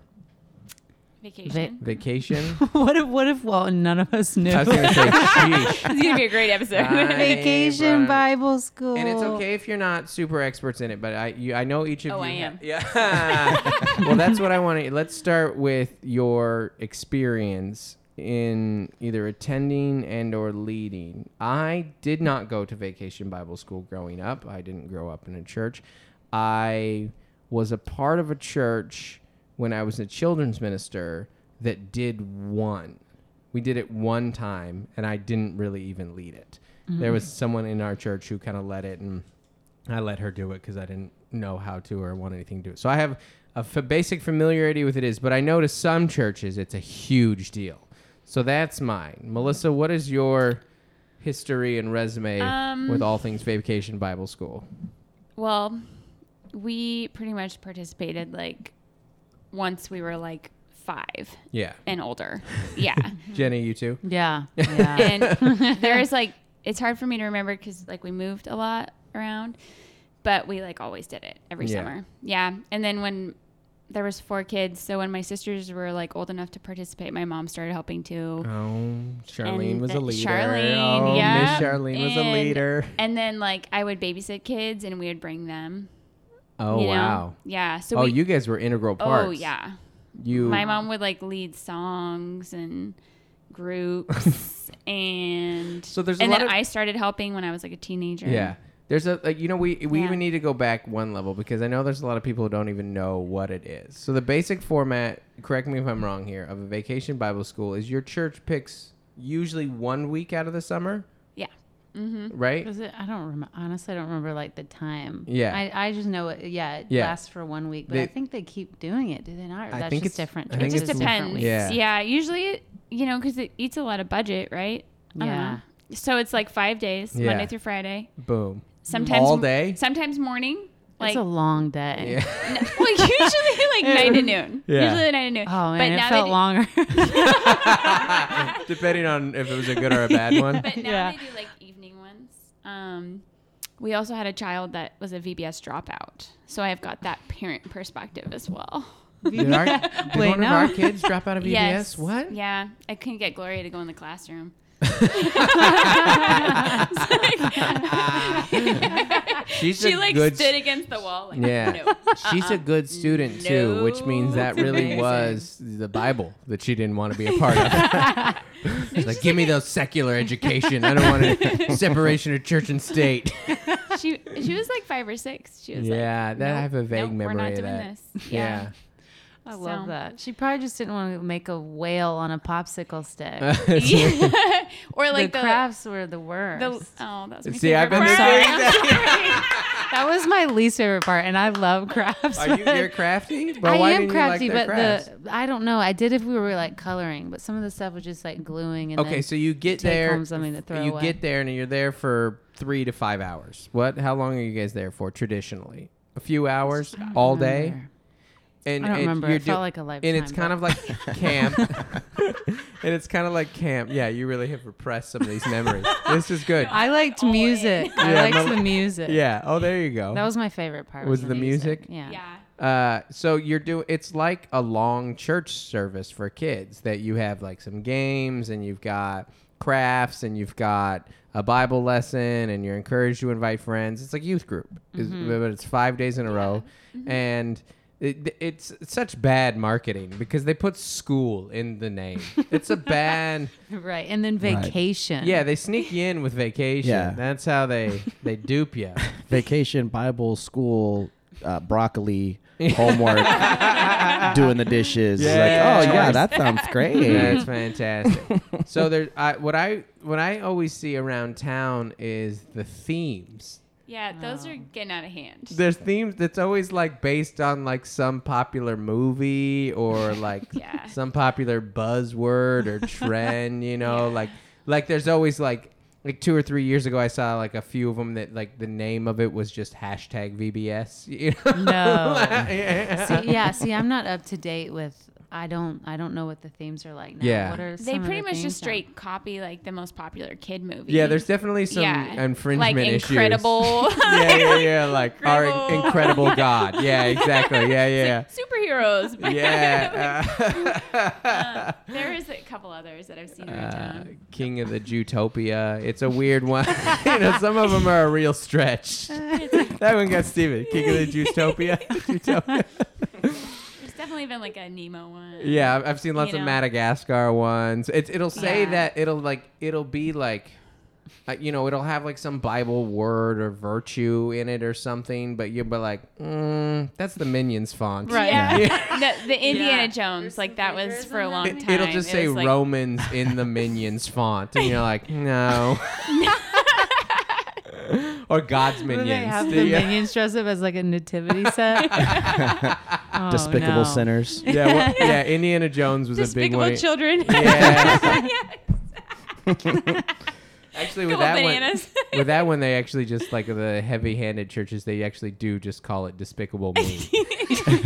Vacation. vacation. it. what if? What if? Well, none of us knew. I was gonna say sheesh. it's gonna be a great episode. Bye. Vacation bruh. Bible School. And it's okay if you're not super experts in it, but I you, I know each of you. Oh, I ha- am. yeah. well, that's what I want to. Let's start with your experience in either attending and or leading. I did not go to vacation Bible school growing up. I didn't grow up in a church. I was a part of a church when I was a children's minister that did one. We did it one time, and I didn't really even lead it. There was someone in our church who kind of led it, and I let her do it because I didn't know how to or want anything to do it. So I have a f- basic familiarity with it is, but I know to some churches it's a huge deal. So that's mine. Melissa, what is your history and resume Um, with all things Vacation Bible School? Well, we pretty much participated like once we were like five Yeah, and older. Yeah. Jenny, you too. Yeah. Yeah. and there is like it's hard for me to remember because like we moved a lot around but we like always did it every Yeah. summer yeah and then when there was four kids so when my sisters were like old enough to participate my mom started helping too Oh, Charlene And was a the- leader. Charlene, oh, yeah. Miss Charlene was a And- leader. and then like i would babysit kids and we would bring them Oh you know? wow. yeah so oh, we, you guys were integral parts. oh yeah You. my mom would like lead songs and groups and So there's a and lot then of- i started helping when i was like a teenager Yeah. There's a like, you know we we Yeah. even need to go back one level because I know there's a lot of people who don't even know what it is. So the basic format, correct me if I'm wrong here, of a vacation Bible school is your church picks usually one week out of the summer, yeah mm-hmm right? Was it? I don't remember. Honestly, I don't remember like the time. Yeah. I, I just know it. Yeah, it Yeah. lasts for one week, but I They- think they keep doing it. Do they not? Or I that's think just it's- different. I think it just it's different depends. weeks. Yeah. Yeah. Usually, it- you know, because it eats a lot of budget, right? I don't Yeah. know. So it's like five days, Yeah. Monday through Friday. Boom. Sometimes All day? Sometimes morning. Like, it's a long day. Yeah. well, usually like nine to noon. Yeah. Usually nine to noon. Oh man, but it now felt they do, longer. Depending on if it was a good or a bad one. But now Yeah. they do like evening ones. Um, we also had a child that was a VBS dropout, so I've got that parent perspective as well. Did, our, did Wait, one of no. our kids drop out of EBS? Yes. What? Yeah, I couldn't get Gloria to go in the classroom. She's she a like good stood against the wall. Like, Yeah. No. She's a good student too, which means No. that That's really amazing. was the Bible that she didn't want to be a part of. She's like, give me those secular education. I don't want a separation of church and state. she she was like five or six. She was Yeah, like, that I "Nope, have a vague nope, memory We're not of doing that." this. Yeah. I So- love that. She probably just didn't want to make a whale on a popsicle stick. Yeah. or like like the, the, crafts were the the worst. oh, that was my See, I've favorite been part. doing I'm sorry. That was my least favorite part, and I love crafts. Are you but- you're crafty? But I why am didn't crafty, you like but their crafts? the I don't know. I did if we were like coloring, but some of the stuff was just like gluing. And okay, then so you get take there. home something to throw you away. get there and you're there for three to five hours. What? How long are you guys there for traditionally? A few hours, all day. remember. And I don't and remember. you're It felt do- like And a it's lifetime, kind but- of like camp. and it's kind of like camp. Yeah, you really have repressed some of these memories. this is good. I liked music. I Yeah, liked Mel- the music. yeah. Oh, there you go. that was my favorite part. Was the music? Yeah. Yeah. Uh, so you're doing it's like a long church service for kids that you have like some games and you've got crafts and you've got a Bible lesson and you're encouraged to invite friends. It's like youth group, is- but it's five days in a row, and. It, it's such bad marketing because they put school in the name. It's a bad Right, and then vacation. yeah. They sneak you in with vacation. Yeah. That's how they they dupe you. Vacation, Bible, school, uh, broccoli, homework, doing the dishes. It's Yeah. like, oh yeah, that sounds great. That's fantastic. so there, I, what I what I always see around town is the themes. Yeah, those are getting out of hand. There's themes that's always like based on like some popular movie or like Yeah. some popular buzzword or trend. You know, like like there's always like like two or three years ago I saw like a few of them that like the name of it was just hashtag VBS. You know? No. Yeah. See, yeah. See, I'm not up to date with. I don't. I don't know what the themes are like now. Yeah. What are they some of pretty the much themes just now? straight copy like the most popular kid movie. Yeah, there's definitely some Yeah. infringement like issues. incredible. yeah, yeah, yeah. Like our in- Incredible. incredible God. Yeah, exactly. Yeah, yeah, superheroes. yeah. but- Yeah. Um, there is a couple others that I've seen Uh, around uh, town. King of the Jutopia. It's a weird one. you know, some of them are a real stretch. that one got Steven. King of the Jutopia. Jutopia. There's definitely been like a Nemo one. Yeah, I've- I've seen lots You of know? Madagascar ones. It's it'll say Yeah. that it'll like it'll be like, uh, you know, it'll have like some Bible word or virtue in it or something, but you'll be like, mm, that's the Minions font, Right. Yeah. Yeah. Yeah. The, the Indiana Yeah. Jones, like that was for a long It, time. will just It say was, like, Romans in the Minions font, and you're like, no. or God's Do minions. they have Do the you- minions dressed up as like a nativity set? Oh, Despicable no. sinners. yeah, well, yeah. Indiana Jones was a Despicable big one. Children. Yeah. Actually, with that Couple bananas. one, with that one, they actually just like the heavy-handed churches. They actually do just call it Despicable Me, and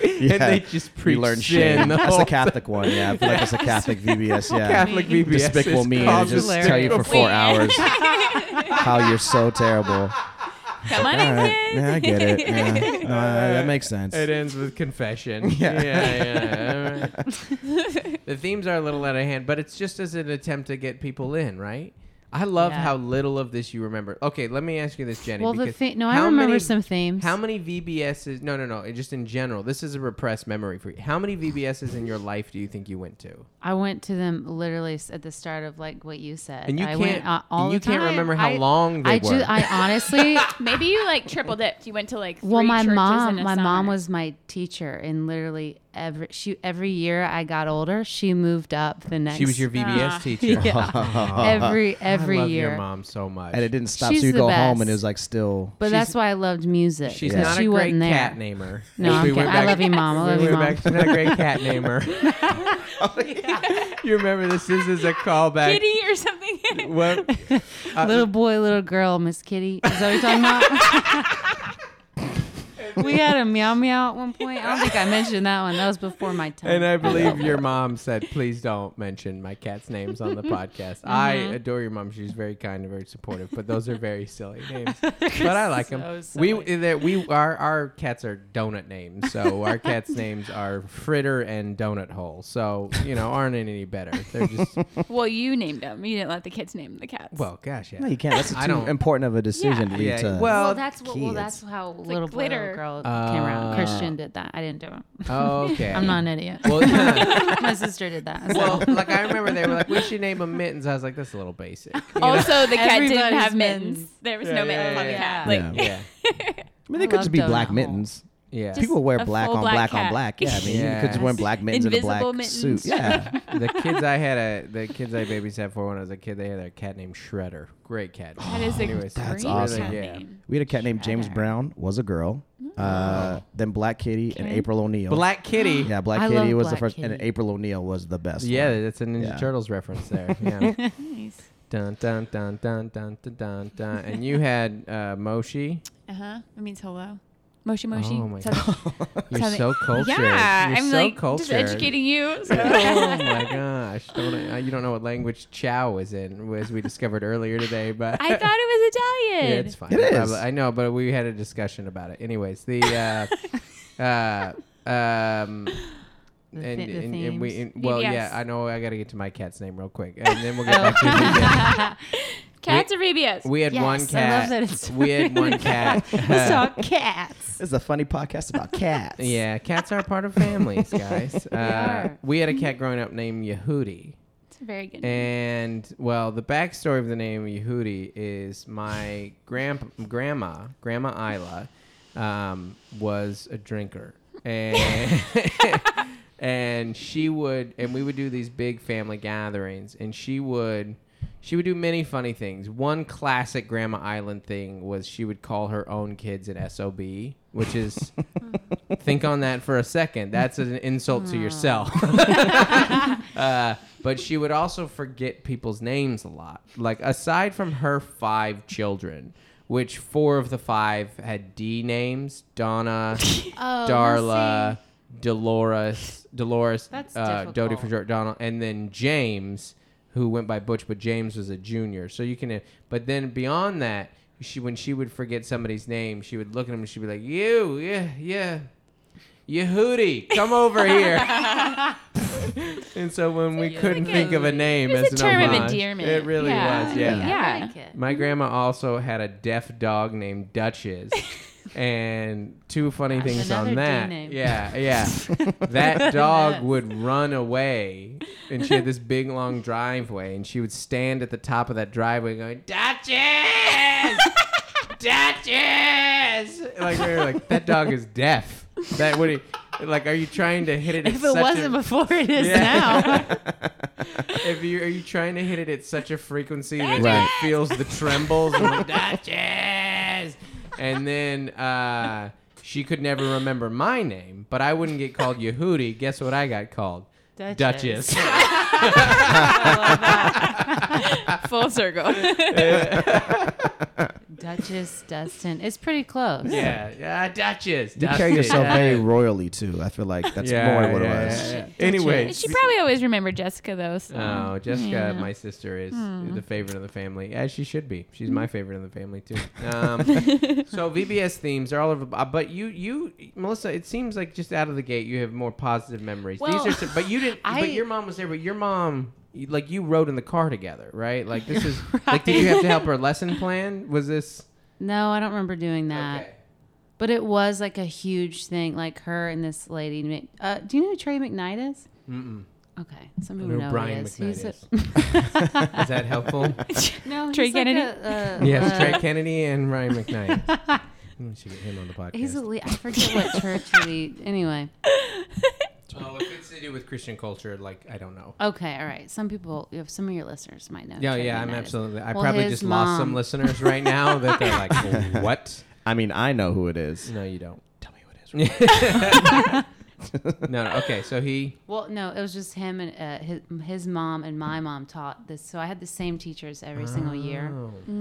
Yeah. they just preach you learn sin. shame. the That's whole a Catholic one. Yeah, I feel like it's a Catholic VBS. Yeah. Catholic VBS. is Despicable me and called just tell you for Despicable four hours how you're so terrible. Come on, All right. kids. Yeah, I get it. Yeah. No, that makes sense. Me. It ends with confession. Yeah. yeah. yeah. all right. the themes are a little out of hand, but it's just as an attempt to get people in, right? I love Yeah. how little of this you remember. Okay, let me ask you this, Jenny. Well, the because thing- no, I how remember many- some themes. How many VBSs? No, no, no. it- Just in general, this is a repressed memory for you. How many VBSs in your life do you think you went to? I went to them literally s- at the start of like what you said, And you I can't- Went, uh, all and the you can't time. remember how I- long they I were. Ju- I honestly, Maybe you like triple dipped. You went to like. well, three my churches in mom, a my mom summer. was my teacher, and literally every she every year I got older, she moved up the next. She was your VBS Ah. teacher. uh, yeah, every every I love year. your mom so much. and it didn't stop. She's so you the go home and best. it was like still. But She's- that's why I loved music. She's because not she a great wasn't there. cat namer. No, If I'm we kidding. went I back- love you, mom. I if love we you, went mom. back- She's not a great cat namer. you remember this? This is a callback. kitty or something. What? Uh, little boy, little girl, Miss Kitty. Is that what you're talking about? we had a meow meow at one point. I don't think I mentioned that one. That was before my time. And I believe your mom said, please don't mention my cat's names on the podcast. I adore your mom. She's very kind and very supportive, but those are very silly names. But I like them. So We silly. that we our our cats are donut names. So our cats' names are Fritter and Donut Hole. So, you know, aren't any better. They're just well, you named them. You didn't let the kids name the cats. well, gosh, yeah. No, you can't. That's I too don't- important of a decision Yeah. for you Yeah, to. well- well, that's what, well, kids. that's how little glitter. boy, little girl came around. Uh, Christian did that. I didn't do it. Okay. I'm not an idiot. Well- my sister did that. So. Well, like I remember they were like, we should name them mittens. I was like, that's a little basic. You know? Also, the cat didn't Everybody's have mittens. mittens. There was Yeah, no yeah, mittens on the yeah, cat. yeah. Like, yeah. I mean, they could love just be donut black hole. mittens. Yeah. Just- People wear a black full on black black, on hat. black. Yeah, I mean, you could Yes. just wear black mittens and a black Invisible mittens. suit. Yeah. the kids I had a the kids I babysat for when I was a kid, they had a cat named Shredder. Great cat. That is a Anyways, great that's awesome. cat Yeah. name. we had a cat named James Shredder. Brown, was a girl. Mm. Uh, then Black Kitty and Okay. April O'Neil. Black Kitty. Yeah, Black Oh. I Kitty love was the Black first, and Kitty. April O'Neil was the best. Yeah, one. that's a Ninja Yeah. Turtles reference there. Yeah. Nice. dun dun dun dun dun dun dun dun. And you had uh, Moshi. Uh huh. It means hello. Moshi Moshi. Oh my It's how- You're how they- so cultured. Yeah, You're I'm so like cultured. just educating you. So. oh my gosh! Don't I, you don't know what language "chow" is in, as we discovered earlier today. But I thought it was Italian. Yeah, it's fine. It is. Probably- I know, but we had a discussion about it. Anyways, the uh, uh, um, and, thi- the and, and we themes. and- well, yeah, VBS. I know. I got to get to my cat's name real quick, and then we'll Oh. get back to VBS. Cats are BBS. We had one Yes, cat. I love that it's we had one cat. Uh, Let's talk cats. This is a funny podcast about cats. yeah, cats are part of families, guys. Uh, are. we had a cat growing up named Yehudi. It's a very good. name. And well, the backstory of the name Yehudi is my grand grandma, Grandma Isla, um, was a drinker, and and she would, and we would do these big family gatherings, and she would. She would do many funny things. One classic Grandma Island thing was she would call her own kids an SOB, which is, think on that for a second. That's an insult to yourself. Uh, but she would also forget people's names a lot. Like aside from her five children, which four of the five had D names: Donna, Oh, Darla, Dolores, Dolores, That's uh, Dodie difficult. for George Donald, and then James, who went by Butch, but James was a junior. So you can, uh, but then beyond that, she when she would forget somebody's name, she would look at him and she'd be like, "You, yeah, yeah." Yehudi, come over here. and so when we couldn't like a- think of a name It's as a an term of homage, endearment. it really was, yeah. Yeah. My grandma also had a deaf dog named Duchess. and two funny things on another D that. name. Yeah, yeah. that dog would run away and she had this big long driveway and she would stand at the top of that driveway going, Duchess! Duchess! Like we were like, that dog is deaf. That would he like are you trying to hit it at If it such a- wasn't before, it is now. if you are you trying to hit it at such a frequency that Right. it feels the trembles and like, "Duchess!" and then uh, she could never remember my name, but I wouldn't get called Yehudi. Guess what I got called? Duchess. Full circle. Duchess Dustin. It's pretty close. yeah, yeah, Uh, Duchess. You carry yourself yeah. very royally too. I feel like that's more what it was. Anyway, she probably always remembered Jessica though. So. Oh, Jessica, Yeah. my sister, is Hmm. the favorite of the family, as she should be. She's my favorite of the family too. Um, so VBS themes are all over, uh, but you, you, Melissa, it seems like just out of the gate, you have more positive memories. Well, These are, some, but you didn't. I- but your mom was there. But your mom, you- like you rode in the car together, right? Like this is like, did you have to help her lesson plan? Was this? No, I don't remember doing that. But it was like a huge thing, like her and this lady. Mc- Uh, do you know who Trey McKnight is? Mm-mm. Okay, some I people know know who Brian he is. He's a- Is that helpful? no, he's Trey like Kennedy? a, uh, yes, uh, Trey Kennedy and Ryan McKnight. We should get him on the podcast. He's a le- I forget what church he. Anyway, Oh, if it's to do with Christian culture, like I don't know. okay, all right. Some people, you have some of your listeners might know. who Yeah, Trey yeah, I'm McKnight is. absolutely. I Well, probably his just lost some mom- listeners right now that they're like, "What? I mean, I know who it is. No, you don't." Tell me who it is. No, no. Okay, so he. Well, no, it was just him and uh, his, his mom and my mom taught this. So I had the same teachers every single year. Oh. So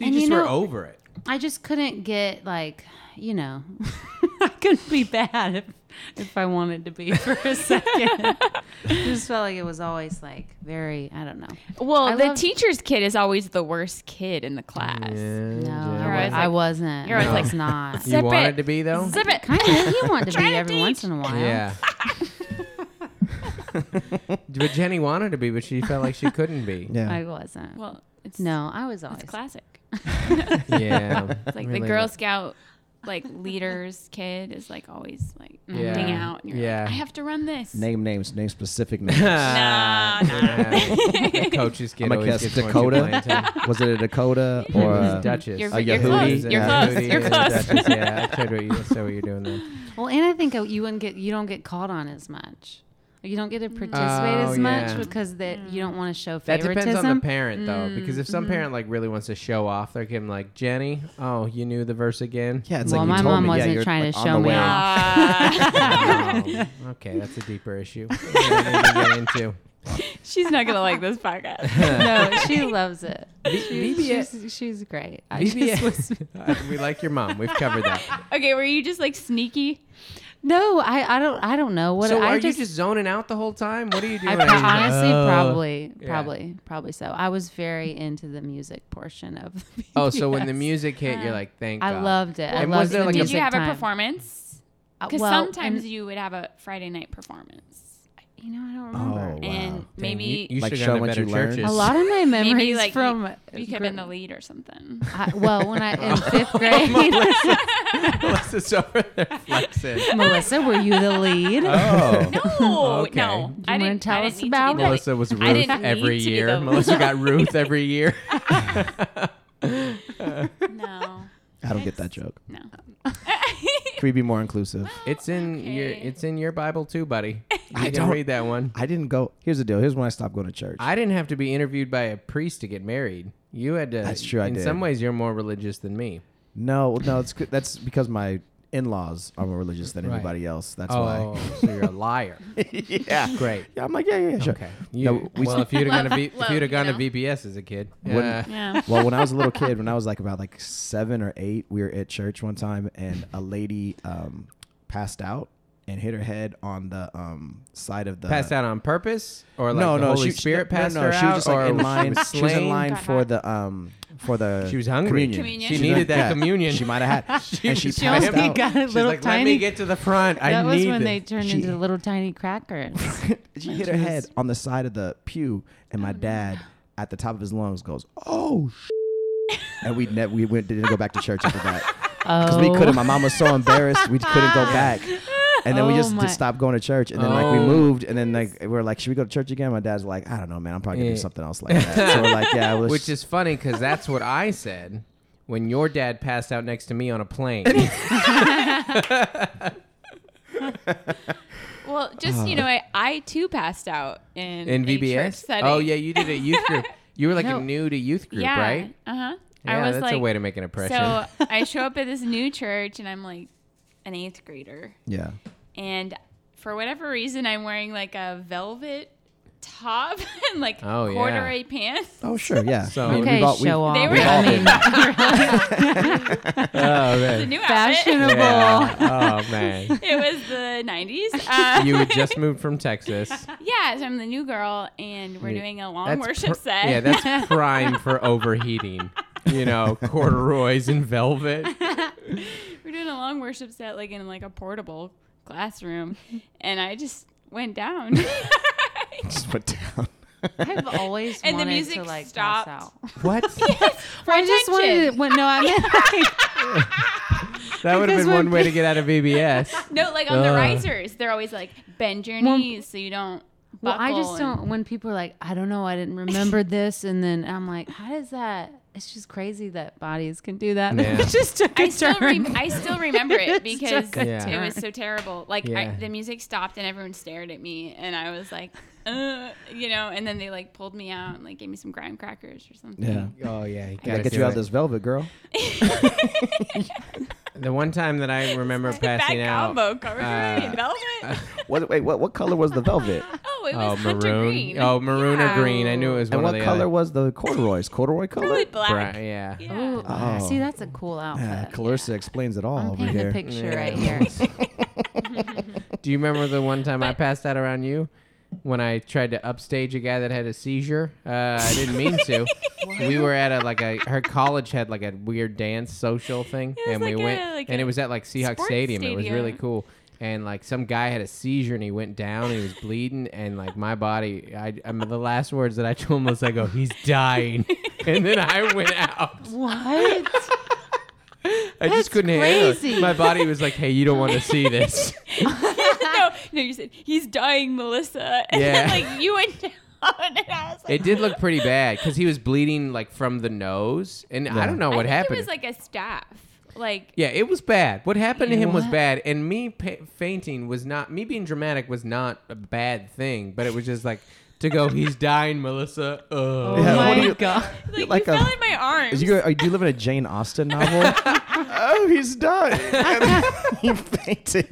you just And you were know- over it. I just couldn't get like, you know, I couldn't be bad if, if I wanted to be for a second. it just felt like it was always like very, I don't know. Well, I the love- teacher's kid is always the worst kid in the class. No, You're I, always was, like- not you're always I like- was not. You Zip wanted it. to be though. Zip it. kind of, you want to Trying be to every teach. once in a while. Yeah. but Jenny wanted to be, but she felt like she couldn't be. Yeah. I wasn't. Well, it's no, I was it's always. classic. Yeah. It's like the Girl Scout like leader's kid is like always like Mm-hmm. Yeah. acting out. And you're Yeah. like, I have to run this. Name names, name specific names. Nah, nah. The coach's kid I'm gonna always guess gets Dakota. One too plain, too. was it a Dakota or It was a Duchess. You're- a you're close, Yehudi. you're Yeah, close, Yehudi you're and close. Duchess, Yeah, I tried what you, I saw what you're doing there. Well, and I think uh, you wouldn't get you don't get called on as much. Like, You don't get to Mm. participate Oh, as yeah. much because that you don't want to show That favoritism. depends on the parent though, because if some parent like really wants to show off, they're giving like Jenny, oh, you knew the verse again. Yeah, it's Well, like you my told mom me. wasn't yeah, you're trying like to on show the me way. off. Oh, okay, that's a deeper issue. we don't need to get into. She's not gonna like this podcast. no, she loves it. She, VBS she's, she's great. I just was, VBS. we like your mom. We've covered that. Okay, were you just like sneaky? no, I, I don't I don't know what so I are just, you just zoning out the whole time? What are you doing? I pro- honestly Uh, probably Yeah. probably probably so. I was very into the music portion of. VBS. Oh, so when the music hit, you're like, thank I Oh God. loved it. I And loved was there the like a- Did music you have time. a performance? Uh, Because well, sometimes and- you would have a Friday night performance, you know I don't Oh, remember. wow. and maybe you, you Like should show go to what better you learned? churches. A lot of my memories maybe like from you, you could have been the lead or something. I, well, when I in fifth Oh, grade, Melissa's over there flexing. Melissa, were you the lead? Oh. No, Okay. You no. I wanna didn't tell I us didn't need about to be the- it? Melissa was I Ruth didn't every need to be year. the- Melissa got Ruth every year. No, I don't get that joke. no. Can we be more inclusive? It's in your Okay. it's in your Bible too, buddy. You I can don't- read that one. I didn't go. Here's the deal. Here's when I stopped going to church. I didn't have to be interviewed by a priest to get married. You had to. That's true, I in did. some ways, you're more religious than me. no, no, it's good. That's because my in-laws are more religious than anybody else. That's oh, so you're a liar. why. yeah. Great. Yeah, I'm like, yeah, yeah, yeah, sure. Okay. You, No, we- well, if you'd have gone to, v, Love, if you'd have you gone know. to VBS as a kid, Wouldn't- uh, Yeah. Well, when I was a little kid, when I was like about like seven or eight, we were at church one time, and a lady um, passed out and hit her head on the um, side of the. passed out on purpose, or like no, the no, Holy she, Spirit no, passed no, her she out, was just like or in line. was She was in slain? line Got for the um for the. She was hungry. Communion. Communion. She She needed was- that yeah. communion. She might have had. and she was passed only out. got a She's little like, let me tiny- get to the front. I That was need when this." they turned She- into little tiny crackers. she hit her head on the side of the pew, and Oh, my dad, at the top of his lungs, goes, "Oh." sh-" and we ne- we went didn't go back to church after that. Oh, because we couldn't. My mom was so embarrassed we couldn't go back, and then we Oh just, my- just stopped going to church. And then like we Oh. moved, and then like we were like, should we go to church again? My dad's like, I don't know, man. I'm probably gonna do Yeah. something else like that. So we're like, yeah, let's- Which is funny because that's what I said when your dad passed out next to me on a plane. Well, just you know, I, I too passed out in Uh-huh. in a church VBS. setting. Oh yeah, you did a youth group. You were like No. a new to youth group, yeah. right? Uh huh. Yeah, I was that's like, a way to make an impression. so uh, I show up at this new church and I'm like an eighth grader, yeah. and for whatever reason, I'm wearing like a velvet top and like Oh, yeah. corduroy pants. Oh sure, yeah. So- mean, Okay, we've all- we've- show off. They were we've all I mean, been- oh The man. new outfit. fashionable. Yeah. Oh man. It was the 90s. Uh, You had just moved from Texas. yeah, so I'm the new girl, and we're doing a long That's worship pr- set. Yeah, that's prime for overheating. You know, corduroys and velvet. we're doing a long worship set, like in like a portable classroom, and I just went down. Just went down. I've always And the wanted to music like stopped. pass out. What? I just attention. wanted. To, well, no, I mean, like, That would have Because been one when way to get out of VBS. no, like on the Ugh. risers, they're always like bend your Well, knees so you don't. well, I buckle just and- don't. When people are like, I don't know, I didn't remember this, and then I'm like, how does that? It's just crazy that bodies can do that. Yeah. it just took a I still, turn. rem I still remember it It's because just a Yeah. it turn. was so terrible. Like Yeah. I, the music stopped and everyone stared at me, and I was like, uh, you know. And then they like pulled me out and like gave me some graham crackers or something. Yeah. Oh yeah, you Gotta get you out of this velvet, girl. The one time that I remember passing Bad out. combo, covered uh, in velvet. What? Wait, what? What color was the velvet? oh, it Oh, was hunter maroon. green. Oh, maroon or Yeah. green. I knew it was And one what of the color other. was the corduroys? Corduroy color. Probably black. Bri- yeah. Yeah. Oh. See, that's a cool outfit. Yeah, Clarissa explains it all I'm over painting a here. picture Yeah. right here. Do you remember the one time I passed out around you? When I tried to upstage a guy that had a seizure, uh, I didn't mean to. we were at a like a her college had like a weird dance social thing, It was and we like went, a- like and it a was at like Seahawks sports Stadium. It was really stadium. cool, and like some guy had a seizure and he went down and he was bleeding, and like my body, I, I mean, the last words that I told him was I go, he's dying, and then I went out. what? I That's just couldn't handle crazy. it. My body was like, "Hey, you don't want to see this." no, no, you said he's dying, Melissa. And then, Yeah. like you went down, and I was like, It did look pretty bad because he was bleeding like from the nose, and I Yeah. don't know I what think happened. It was like a staff. Like yeah, it was bad. What happened to him was What? bad, and me pa- fainting was not. Me being dramatic was not a bad thing, but it was just like to go. He's dying, Melissa. Ugh. Oh Yeah, what my do you- god. like, like you a- fell in my arms. Is you, go- do you live in a Jane Austen novel? oh, he's dying. And he fainted.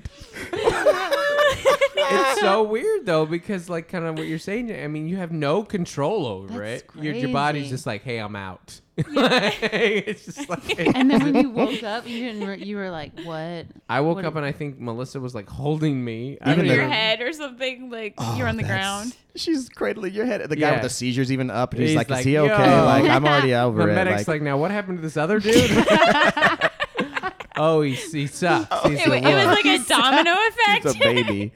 it's so weird though because like kind of what you're saying i mean you have no control over That's it Your, your body's crazy. just like hey i'm out Like, it's just like And then when you woke up, you didn't. Re- you were like, "What?" i woke What- up and i think melissa was like holding me I Over don't Even your even- though- head or something. Like Oh, you're on the That's- ground. She's cradling your head. The guy Yeah. with the seizures even up, and he's, He's like, like, "Is he okay?" "Yo." Like, I'm already the over it. medic's like, like, now what happened to this other dude oh he, he sucks He's It, the wa- it was worst. like a domino it's a effect. baby.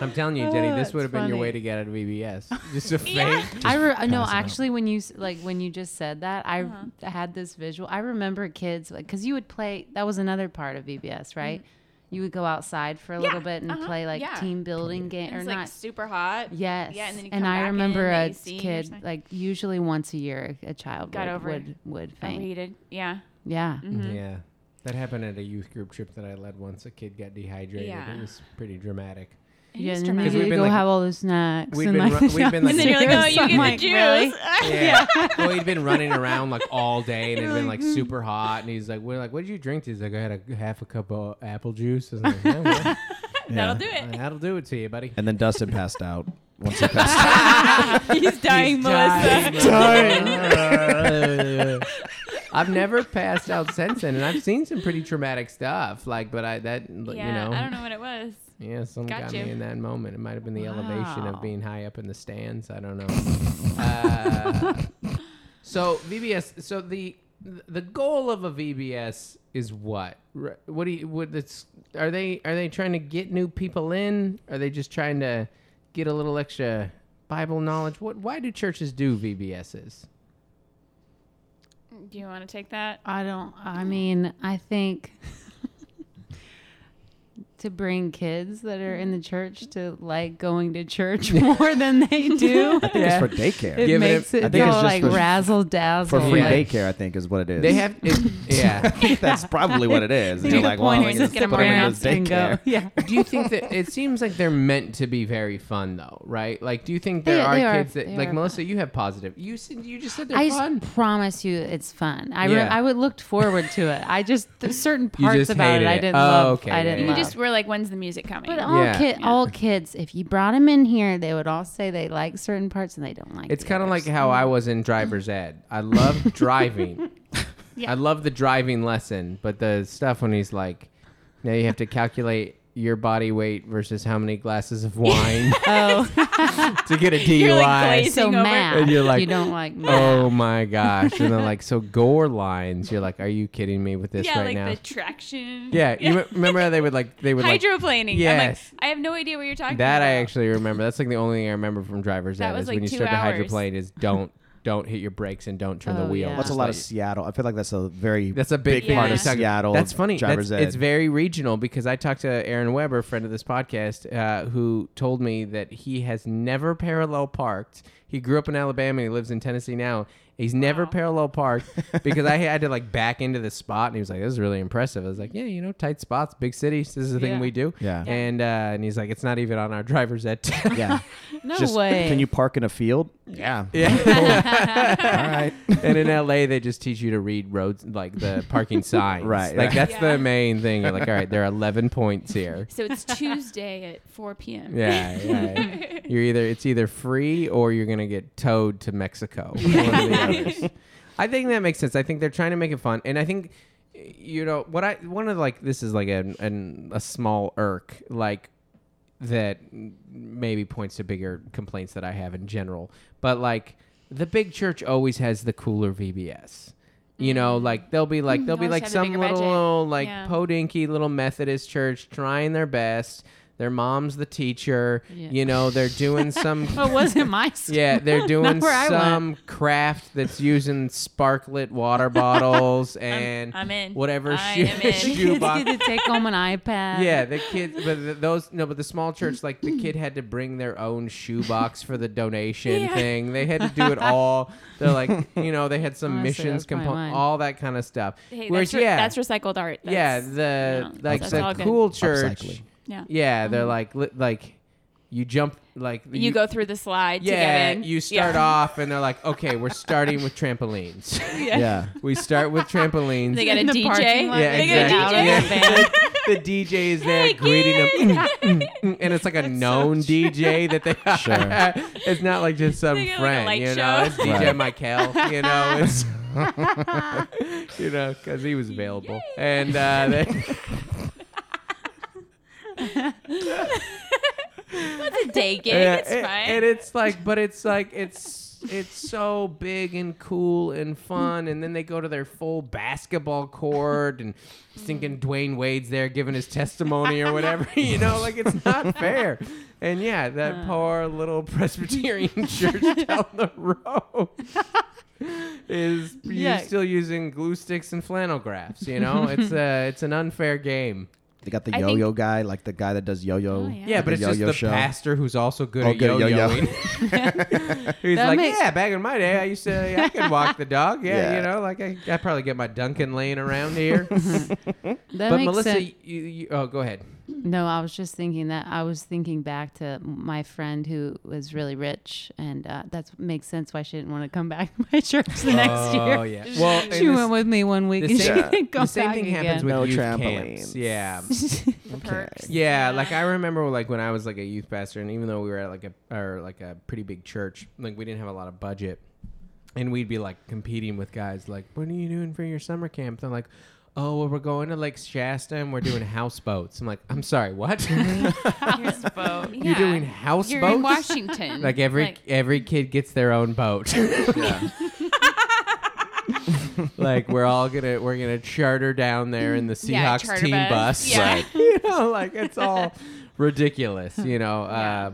i'm telling you jenny Oh, this would have that's been your funny. way to get out of vbs just a fake Yeah. just I re- no, pass out. actually, when you s- like when you just said that, I Uh-huh. had this visual. I remember kids like because you would play. That was another part of VBS, right? You would go outside for a little bit and Mm-hmm. uh-huh, play like yeah. team building game It or was like not. super hot. Yes. Yeah, and then you come back I in remember and a you sing or kid something. like usually once a year a child Got would, over would would faint. Overheated. Yeah. yeah. Mm-hmm. Mm-hmm. yeah that happened at a youth group trip that i led once a kid got dehydrated Yeah. it was pretty dramatic It Yeah, is and then dramatic. you 'Cause we've get to been, go like- have all those snacks. we've and, been like, ru- we've been, like- And then you're like, oh, you get the Like, juice. really? Yeah. well, he'd been running around like all day, and it had been like super hot. And he's like, "We're like, what did you drink?" He's like, "I had a half a cup of apple juice." I was like, "Yeah, well, That'll do uh, it. That'll do it to you, buddy. And then Dustin passed out. Once he passed He's dying, He's Melissa. dying. I've never passed out since then, and I've seen some pretty traumatic stuff. Like, but I that you Yeah, know, I don't know what it was. yeah, something Got got, you. me in that moment. It might have been the elevation Wow. of being high up in the stands. I don't know. uh, so VBS. So the the goal of a VBS is what? R- What do you? What it's, Are they are they trying to get new people in? Are they just trying to get a little extra Bible knowledge? What? Why do churches do VBSs? Do you want to take that? I don't. I mean, I think to bring kids that are in the church to like going to church more than they do. out. It's for daycare. It Giving makes it- it, I think it's all just like for- razzle dazzle. For free Yeah. like, daycare, I think is what it is. They have. It, yeah. That's probably what it is. you You're get like, a well, pointer I and guess just get put them them in this around and go. daycare. Yeah. do you think that it seems like they're meant to be very fun though, right? Like, do you think there They- are Oh, they are- kids that they like are Melissa? You have positive. You said you just said they're I s- fun. promise you, it's fun. I re- Yeah. I would looked forward to it. I just there's certain You parts just about hated it, I it. didn't Oh, love. okay, I yeah, didn't yeah. You love. just were like, when's the music coming? but all Yeah. kid, all kids, if you brought them in here, they would all say they like certain parts and they don't like. It's the kind of like others. how I was in driver's ed. I love driving. I love the driving lesson, but the stuff when he's like, now you have to calculate your body weight versus how many glasses of wine oh to get a You're, like, DUI. glazed so over. math. And you're like, you don't like math. oh my gosh. And they're like, so gore lines. You're like, are you kidding me with this yeah, right like now? the traction. yeah. You re- remember how they would like, they would like, Hydroplaning. Yes. I'm like, I have no idea what you're talking That about. I actually remember. That's like the only thing I remember from driver's That ed was, is like, when you two start hours. to hydroplane is don't don't hit your brakes and don't turn the Oh, wheel. yeah. That's a Just lot let of it- Seattle. I feel like that's a very That's a big, big part Yeah. of Seattle. Seattle That's funny. driver's That's- ed. It's very regional because I talked to Aaron Weber, friend of this podcast, uh, who told me that he has never parallel parked. He grew up in Alabama. He lives in Tennessee now. He's never parallel parked because I had to like back into the spot, and he was like, "This is really impressive." I was like, "Yeah, you know, tight spots, big cities. This is the Yeah. thing we do." Yeah. Yeah. And uh, and he's like, "It's not even on our driver's ed." test." yeah. no Just, way. Can you park in a field? Yeah. All Yeah. right. and in LA, they just teach you to read roads, like the parking signs. Right, Like right. that's Yeah. the main thing. You're like, all right, there are 11 points here. So it's Tuesday at 4 p.m. Yeah, yeah. You're either it's either free or you're gonna get towed to Mexico. One of the others. I think that makes sense. I think they're trying to make it fun, and I think you know what I one of like this is like an, an a small irk like that maybe points to bigger complaints that I have in general. But like the big church always has the cooler VBS. You know, like they'll be like they'll be Mm. Always like have the some bigger little budget. like Yeah. podinky little Methodist church trying their best Their mom's the teacher. Yeah. You know, they're doing some. But it wasn't my school. Yeah, they're doing Not where I some craft that's using sparklet water bottles and I'm in. whatever I shoe, am in. The Kids shoe kids box. get to take home an iPad. Yeah, the kids, but th those no, but the small church, like the kid had to bring their own shoebox for the donation Yeah. thing. They had to do it all. They're like, you know, they had some Honestly, missions that's probably mine. component, all that kind of stuff. Hey, Whereas, that's, re- yeah, that's recycled art. That's, yeah, the yeah, like that's all the good. cool church. Upcycling. yeah. Mm-hmm. Yeah, they're like li- like you jump like You, go through the slide yeah, to get in. you start yeah. off and they're like, okay, we're starting with trampolines. Yeah. Yeah. we start with trampolines. They got a In the DJ. parking lot. yeah, they got exactly. a DJ. Yeah. the DJ is there Hey, greeting them, Mm, kids. and it's like a known DJ that they. Sure. it's not like just some They got, like, a friend, light you know. show. It's DJ Right. Michael, you know. It's you know because he was available, and uh, they, It's a day gig. Yeah, it's and, fine. and it's like, but it's like it's it's so big and cool and fun, and then they go to their full basketball court and Mm. thinking Dwayne Wade's there giving his testimony or whatever, you know, like it's not fair. And yeah, that Uh. poor little Presbyterian church down the road is you Yeah. still using glue sticks and flannel graphs, you know? It's a it's an unfair game. They got the I think- yo-yo guy, like the guy that does yo-yo. Oh, yeah. Yeah, but the it's just yo-yo the show. pastor who's also good Oh, at good at yo-yoing. yo-yo. He's That like, makes- yeah, back in my day, I used to, I could walk the dog. Yeah, Yeah. you know, like I, I probably get my Duncan laying around here. That but makes Melissa, sense. you, you, oh, go ahead. No, I was just thinking that I was thinking back to my friend who was really rich, and uh, that makes sense why she didn't want to come back to my church the next year. Oh yeah. Well, and She this- went with me one week, the and she same, didn't the come same back thing again. happens with No youth trampolines. camps. Yeah. the perks. Yeah, like I remember, like when I was like a youth pastor, and even though we were at like a or like a pretty big church, like we didn't have a lot of budget, and we'd be like competing with guys, like, "What are you doing for your summer camp?" They're like, "Oh, well, we're going to Lake Shasta and we're doing houseboats." I'm like, "I'm sorry, what? Here's a boat. You're Yeah. doing houseboats?" You're in Washington. Like every every kid gets their own boat. like we're all gonna we're gonna charter down there in the Yeah, Seahawks charter team bus. bus. Yeah. Right. you know, like it's all ridiculous. You know, uh,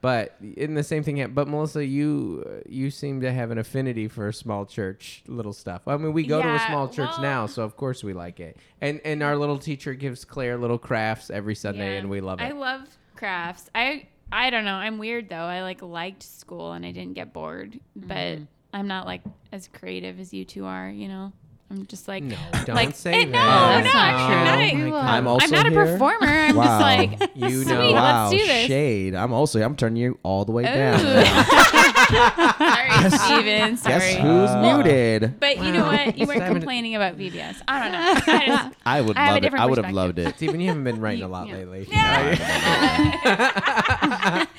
but in the same thing. hap- But Melissa, you uh, you seem to have an affinity for small church little stuff. I mean, we go to a Yeah, small church well- now, so of course we like it. And and our little teacher gives Claire little crafts every Sunday, Yeah. and we love it. I love crafts. I I don't know. I'm weird though. I like liked school and I didn't get bored, but I'm not like as creative as you two are. You know, I'm just like no, don't like, say it- no, that. no, actually Oh not. my God. I'm also I'm not here. a performer. I'm Wow. just like You sweet. know. wow, Let's do this. shade. I'm also. I'm turning you all the way down. Ooh. sorry, Steven. Sorry. Guess who's Uh, muted? But you know what? You Just weren't having- complaining about VBS. I don't know. I just, I would I have a love it. different I would have perspective. loved it. Steven, you haven't been writing a lot yeah. lately. I've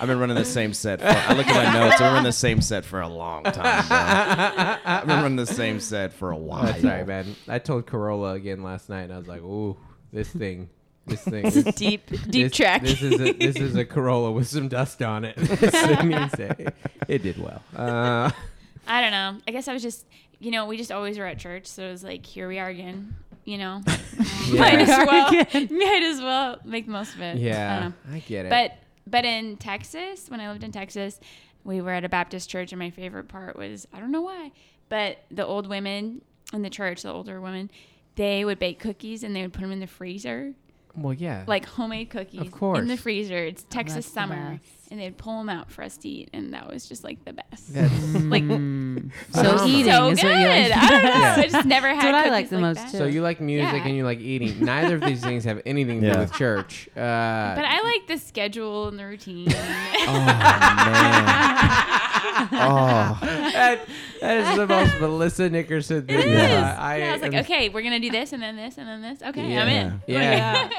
been running the same set. For, I look at my notes. I've been running the same set for a long time. Bro. I've been running the same set for a while. I'm sorry, man. I told Corolla again last night, and I was like, "Ooh, this thing, this thing, this, deep, deep this, track. This is a, this is a Corolla with some dust on it." It means it- it did well. Uh, I don't know. I guess I was just, you know, we just always were at church, so it was like, here we are again. You know, might as well, might as well make the most of it. I yeah, don't know. I, get it. But but in Texas, when I lived in Texas, we were at a Baptist church, and my favorite part was I don't know why, but the old women in the church, the older women, they would bake cookies and they would put them in the freezer, well, yeah, like homemade cookies, in the course. freezer. It's Texas Oh, that's the summer, best. and they'd pull them out for us to eat, and that was just like the best. That's- like So Mm. Phenomenal. eating so is good. what you like. I don't know. Yeah. I just never had. what I cookies like the most, that. too. so you like music Yeah. and you like eating. Neither of these things have anything to Yeah. do with church. Uh, But I like the schedule and the routine. Oh, man. Oh, that, that is the most Melissa Nickerson thing. It is. Yeah, I, Yeah, I was like, am- okay, we're gonna do this and then this and then this. Okay, Yeah. I'm in. Yeah. Like-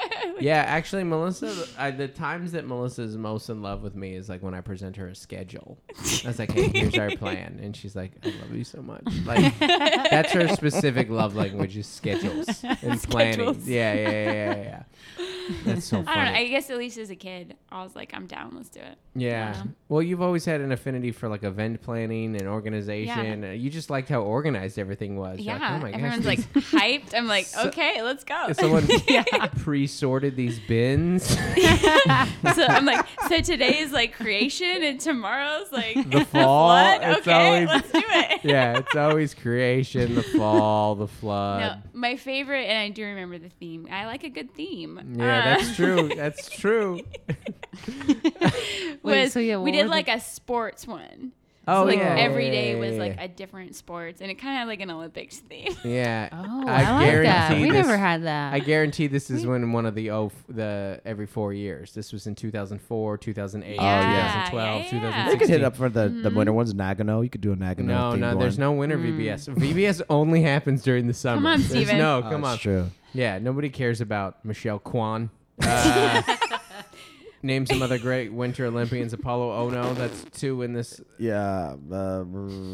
Yeah, actually, Melissa, I, the times that Melissa is most in love with me is like when I present her a schedule. I was like, hey, here's our plan. And she's like, I love you so much. Like, that's her specific love language is schedules and planning. Schedules. Yeah, yeah, yeah, yeah, yeah. That's so I don't know. I funny. guess at least as a kid, I was like, I'm down. Let's do it. Yeah. Well, you've always had an affinity for like event planning and organization. Uh, You just liked how organized everything was. You're Yeah. Like, oh my gosh. Everyone's these- like hyped. I'm like, So- okay, let's go. someone yeah. pre-sorted loaded these bins. so I'm like, so today is like creation, and tomorrow's like The fall, flood. it's Okay, always- let's do it. yeah, it's always creation, the fall, the No, Uh. flood. my favorite, and I do remember the theme. I like a good theme. Yeah, Uh, that's true. That's true. was Wait, so yeah, we what did were the- like a sports one. Oh, so like yeah. every day yeah, was yeah, like yeah. a different sports, and it kind of had like an Olympics theme. Yeah. Oh, I, like that. guarantee We this- never had that. I guarantee this is when one of the oh f- the every four years. This was in 2004, 2008, yeah. 2012, Yeah, yeah, yeah. You could 2016. hit up for the, the winter ones, Nagano. You could do a Nagano. No, themed no, there's one. no winter VBS. VBS only happens during the summer. on, There's Steven. No, Oh, come it's on. true. Yeah, nobody cares about Michelle Kwan. Uh, name some other great Winter Olympians. Apollo Ono. That's two in this. Yeah. Uh,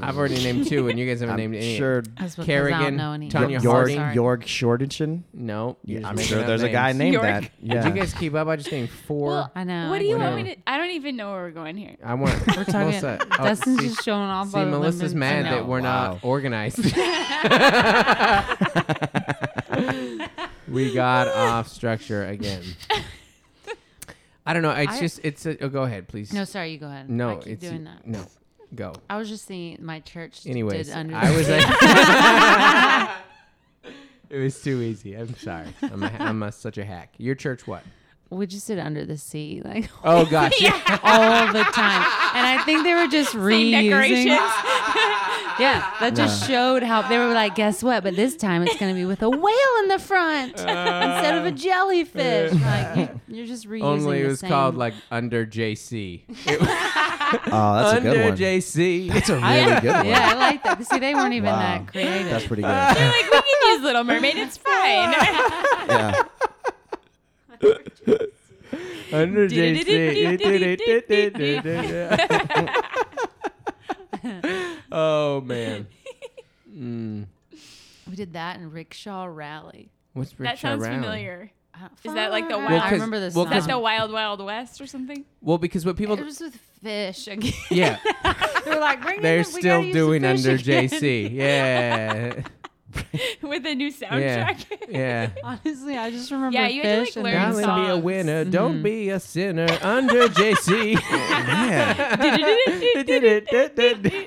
I've already named two, and you guys haven't named I'm any. sure. That's what- 'cause I don't Kerrigan, know any- Tanya York- Harding. Sorry. Jorg Shortensen. No, you're Yeah, just I'm making sure up there's a guy names. named York. that. Yeah. Did you guys keep up? I just named four. Well, I know. What do you I want me know. to? I don't even know where we're going here. I want. We're talking. Melissa. oh, Dustin's see- just showing off. See, all the Melissa's lemons. mad I that know. we're Wow. not organized. we got off structure again. I don't know. It's I- just it's. A, oh, go ahead, please. No, sorry. You go ahead. no, I keep it's doing that. no. Go. I was just thinking my church. Anyways, did under I the was. sea. Like, it was too easy. I'm sorry. I'm a, I'm a, such a hack. Your church what? we just did under the sea, like Oh gosh. Yeah, all the time, and I think they were just reusing. decorations. Yeah, that just showed how they were like, guess what? But this time it's gonna be with a whale in the front instead of a jellyfish. Like you, you're just reusing. Only it the was same- called like under JC. It was Oh, that's a under good one. JC. That's a really good one. Yeah, I like that. See, they weren't even Wow. that creative. That's pretty good. They're like, we can use Little Mermaid. It's fine. yeah. Under Oh man. Mm. we did that in rickshaw rally. What's Rick that sounds Rally? familiar. Uh, Is that like the far wild- Well, out. I 'cause- remember this. well, Is that That's the Wild Wild West or something? Well, because what people it was with fish again. yeah, they were like, bring they're in the, we still gotta use the doing fish under again. JC. Yeah, With a new yeah, soundtrack. yeah. Honestly, I just remember Yeah, you had to, like, fish and learn then Darling, Darling, be a songs. Mm-hmm. winner. Don't be a sinner. Under JC.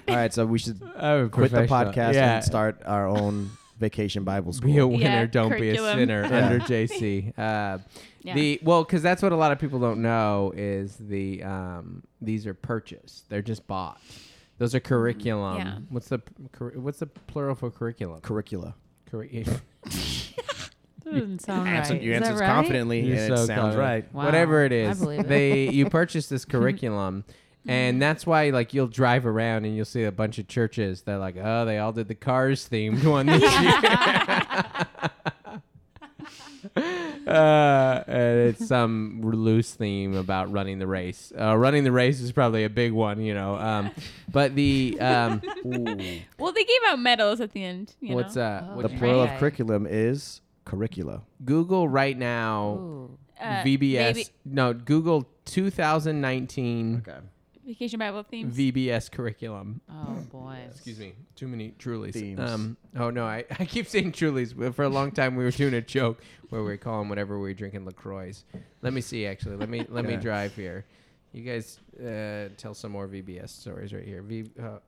All right, so we should I'm a quit the professional. podcast Yeah. and start our own vacation Bible school. Be a winner, Yeah, don't curriculum. be a sinner. Yeah. Under JC, uh, Yeah. the well, because that's what a lot of people don't know is the um, these are purchased. They're just bought. Those are curriculum. Mm, Yeah. What's the cur- what's the plural for curriculum? Curricula. Curriculum. Doesn't sound right. Answer- you Is that answers right? confidently, You're and it so sounds clever. right. Wow. Whatever it I is, believe it. Mm-hmm. they you purchase this curriculum, and that's why like you'll drive around and you'll see a bunch of churches. They're like, oh, they all did the Cars themed one this year. Uh, and it's some loose theme about running the race. Uh, running the race is probably a big one, you know. Um, but the um, Well, they gave out medals at the end. You what's know? uh, Oh, what's The Okay. plural of Right. curriculum is curricula. Google right now? Ooh. Uh, VBS. baby- No, Google 2019 vacation Bible themes. VBS curriculum. Oh boy. Excuse me. Too many trulies. Themes. Um, oh no, I, I keep saying trulies. but For a long time, we were doing a joke where we were calling whatever we were drinking Lacroix. Let me see. Actually, let me let me Yeah. drive here. You guys uh, tell some more VBS stories right here. V, uh,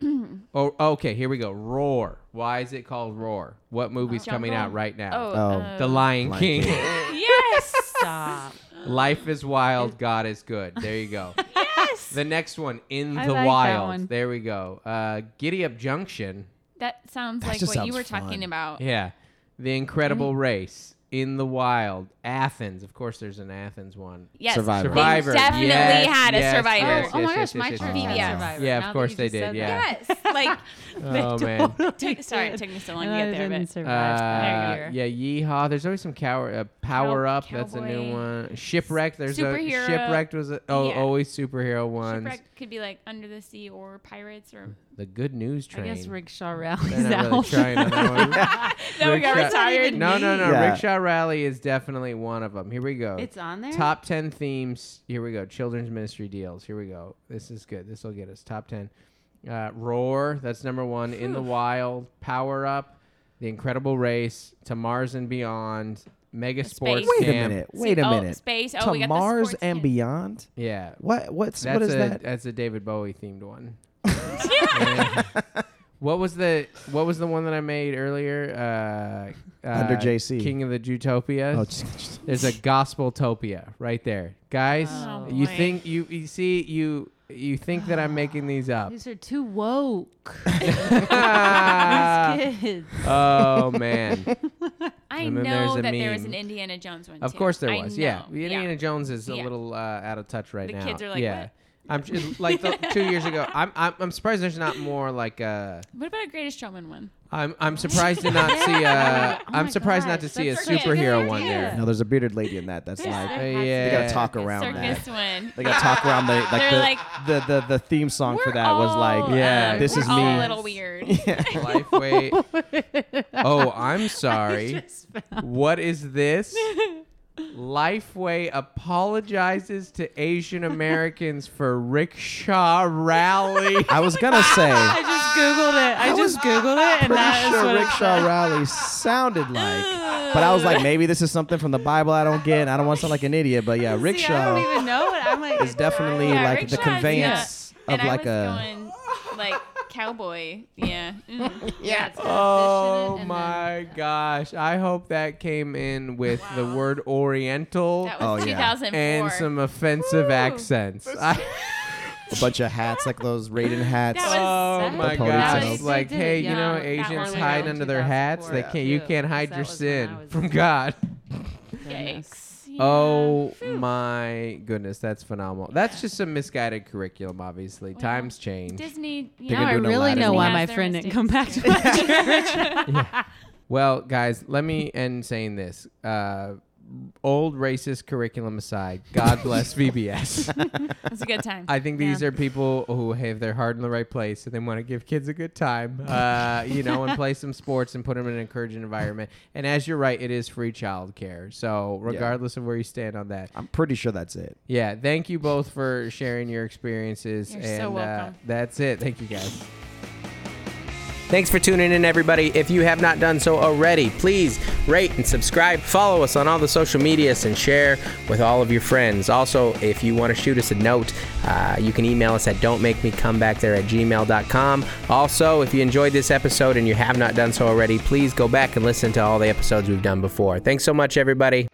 oh, okay. Here we go. Roar. Why is it called Roar? What movie's Jungle? coming out right oh, now? uh, The Lion, Lion King. yes. Stop. Life is wild. God is good. There you go. The next one, In the I like that one. Wild. There we go. Uh, Giddy Up Junction. That sounds That like just what you were sounds talking fun. about. Yeah. The Incredible Mm-hmm. Race. In the Wild. Athens. Of course, there's an Athens one. Yes. Survivor. Survivor. They definitely Yes, had a yes, survivor. yes, oh yes, my yes, gosh, my yes, yes, church had yes. VBS. Survivor. Yeah, of Now that course you they just did, said yeah. that. Yes. Like, Oh, man. took, sorry, it took me so long And to I get there, didn't but survive Uh, that year. yeah, Yeehaw. There's always some cow- uh, Power Up. That's a new cowboy. one. Shipwrecked. There's Superhero. a Shipwrecked was a, oh Yeah. always superhero ones. shipwreck could be like under the sea or pirates or. The Good News Uh, I Train. guess rickshaw rallies They're not out. really trying on that one. No, we got Rickshaw- retired. No, no, no. Yeah. Rickshaw Rally is definitely one of them. Here we go. It's on there. Top 10 themes. Here we go. Children's ministry deals. Here we go. This is good. This will get us. Top 10. Uh, Roar. That's number one. In the Wild. Power Up. The Incredible Race, To Mars and Beyond, Mega Space. Sports Wait a Camp. minute. Wait a oh, minute. space. Oh, to we got the Mars sports and camp. beyond. Yeah. What? What's That's what is a that? that's a David Bowie themed one. What was the what was the one that I made earlier? Uh, uh, Under JC. King of the Jutopia. Oh, just- just- There's a gospel topia right there, guys. Oh, you boy. Oh. think you you see you you think that I'm making these up? These are too woke. Ah. These kids. oh man! I And then there's know a that there was meme. an Indiana Jones one. Of too. course there I was. Yeah, know. The Indiana Jones is a Yeah. little uh, out of touch right The now. kids are like, yeah. "What?" I'm just, like the, two years ago. I'm, I'm I'm surprised there's not more like uh What about a Greatest Showman one? I'm I'm surprised to not see a Yeah. Oh I'm my surprised not to gosh, see a that's such a good superhero one idea. there. no, there's a bearded lady in that. That's like Uh, yeah. they gotta talk around that. Circus one. They gotta talk around the They're like, the, like, the, the the theme song for We're that was all, like Yeah. um, this we're is all me. a little weird. Lifeway. Oh, I'm sorry. What is this? Lifeway apologizes to Asian Americans for rickshaw rally. I was gonna say I just googled it. I just googled it, and that pretty is sure what it rickshaw rally sounded like, but I was like maybe this is something from the Bible I don't get. and I don't want to sound like an idiot, but yeah, See, I rickshaw don't even know it. I'm like, is definitely Yeah, like the rickshaw is- conveyance yeah. of and like I was a. going, like cowboy. Yeah. Mm. yeah. it's Oh positioned and my gosh. I hope that came in with the word oriental That Oh, was yeah. 2004. and some offensive Woo. accents. I- a bunch of hats, like those Raiden hats. That oh was my The ponytails. gosh. They Like, did it hey, you know, young. That Asians one was hide around under their hats. They 2004 can't you too, can't 'cause hide that your was when I sin was- from God. then- Yikes. Yeah. Oh Phew. my goodness, that's phenomenal. That's just some misguided curriculum, obviously. Well, Times change. Disney. They're Yeah. Now I gonna do an really Aladdin know why one. my Has their friend didn't mistakes. come back to my church. Well, guys, let me end saying this. Uh, old racist curriculum aside, God bless VBS. It's a good time. I think these are people who have their heart in the right place and they want to give kids a good time, uh, you know, and play some sports and put them in an encouraging environment. And as you're right, it is free childcare. So, regardless of where you stand on that, I'm pretty sure that's it. yeah, thank you both for sharing your experiences. You're so and uh, welcome. that's it. Thank you guys. Thanks for tuning in, everybody. If you have not done so already, please rate and subscribe, follow us on all the social medias, and share with all of your friends. Also, if you want to shoot us a note, uh, you can email us at don'tmakemecomebackThere at gmail.com. Also, if you enjoyed this episode and you have not done so already, please go back and listen to all the episodes we've done before. Thanks so much, everybody.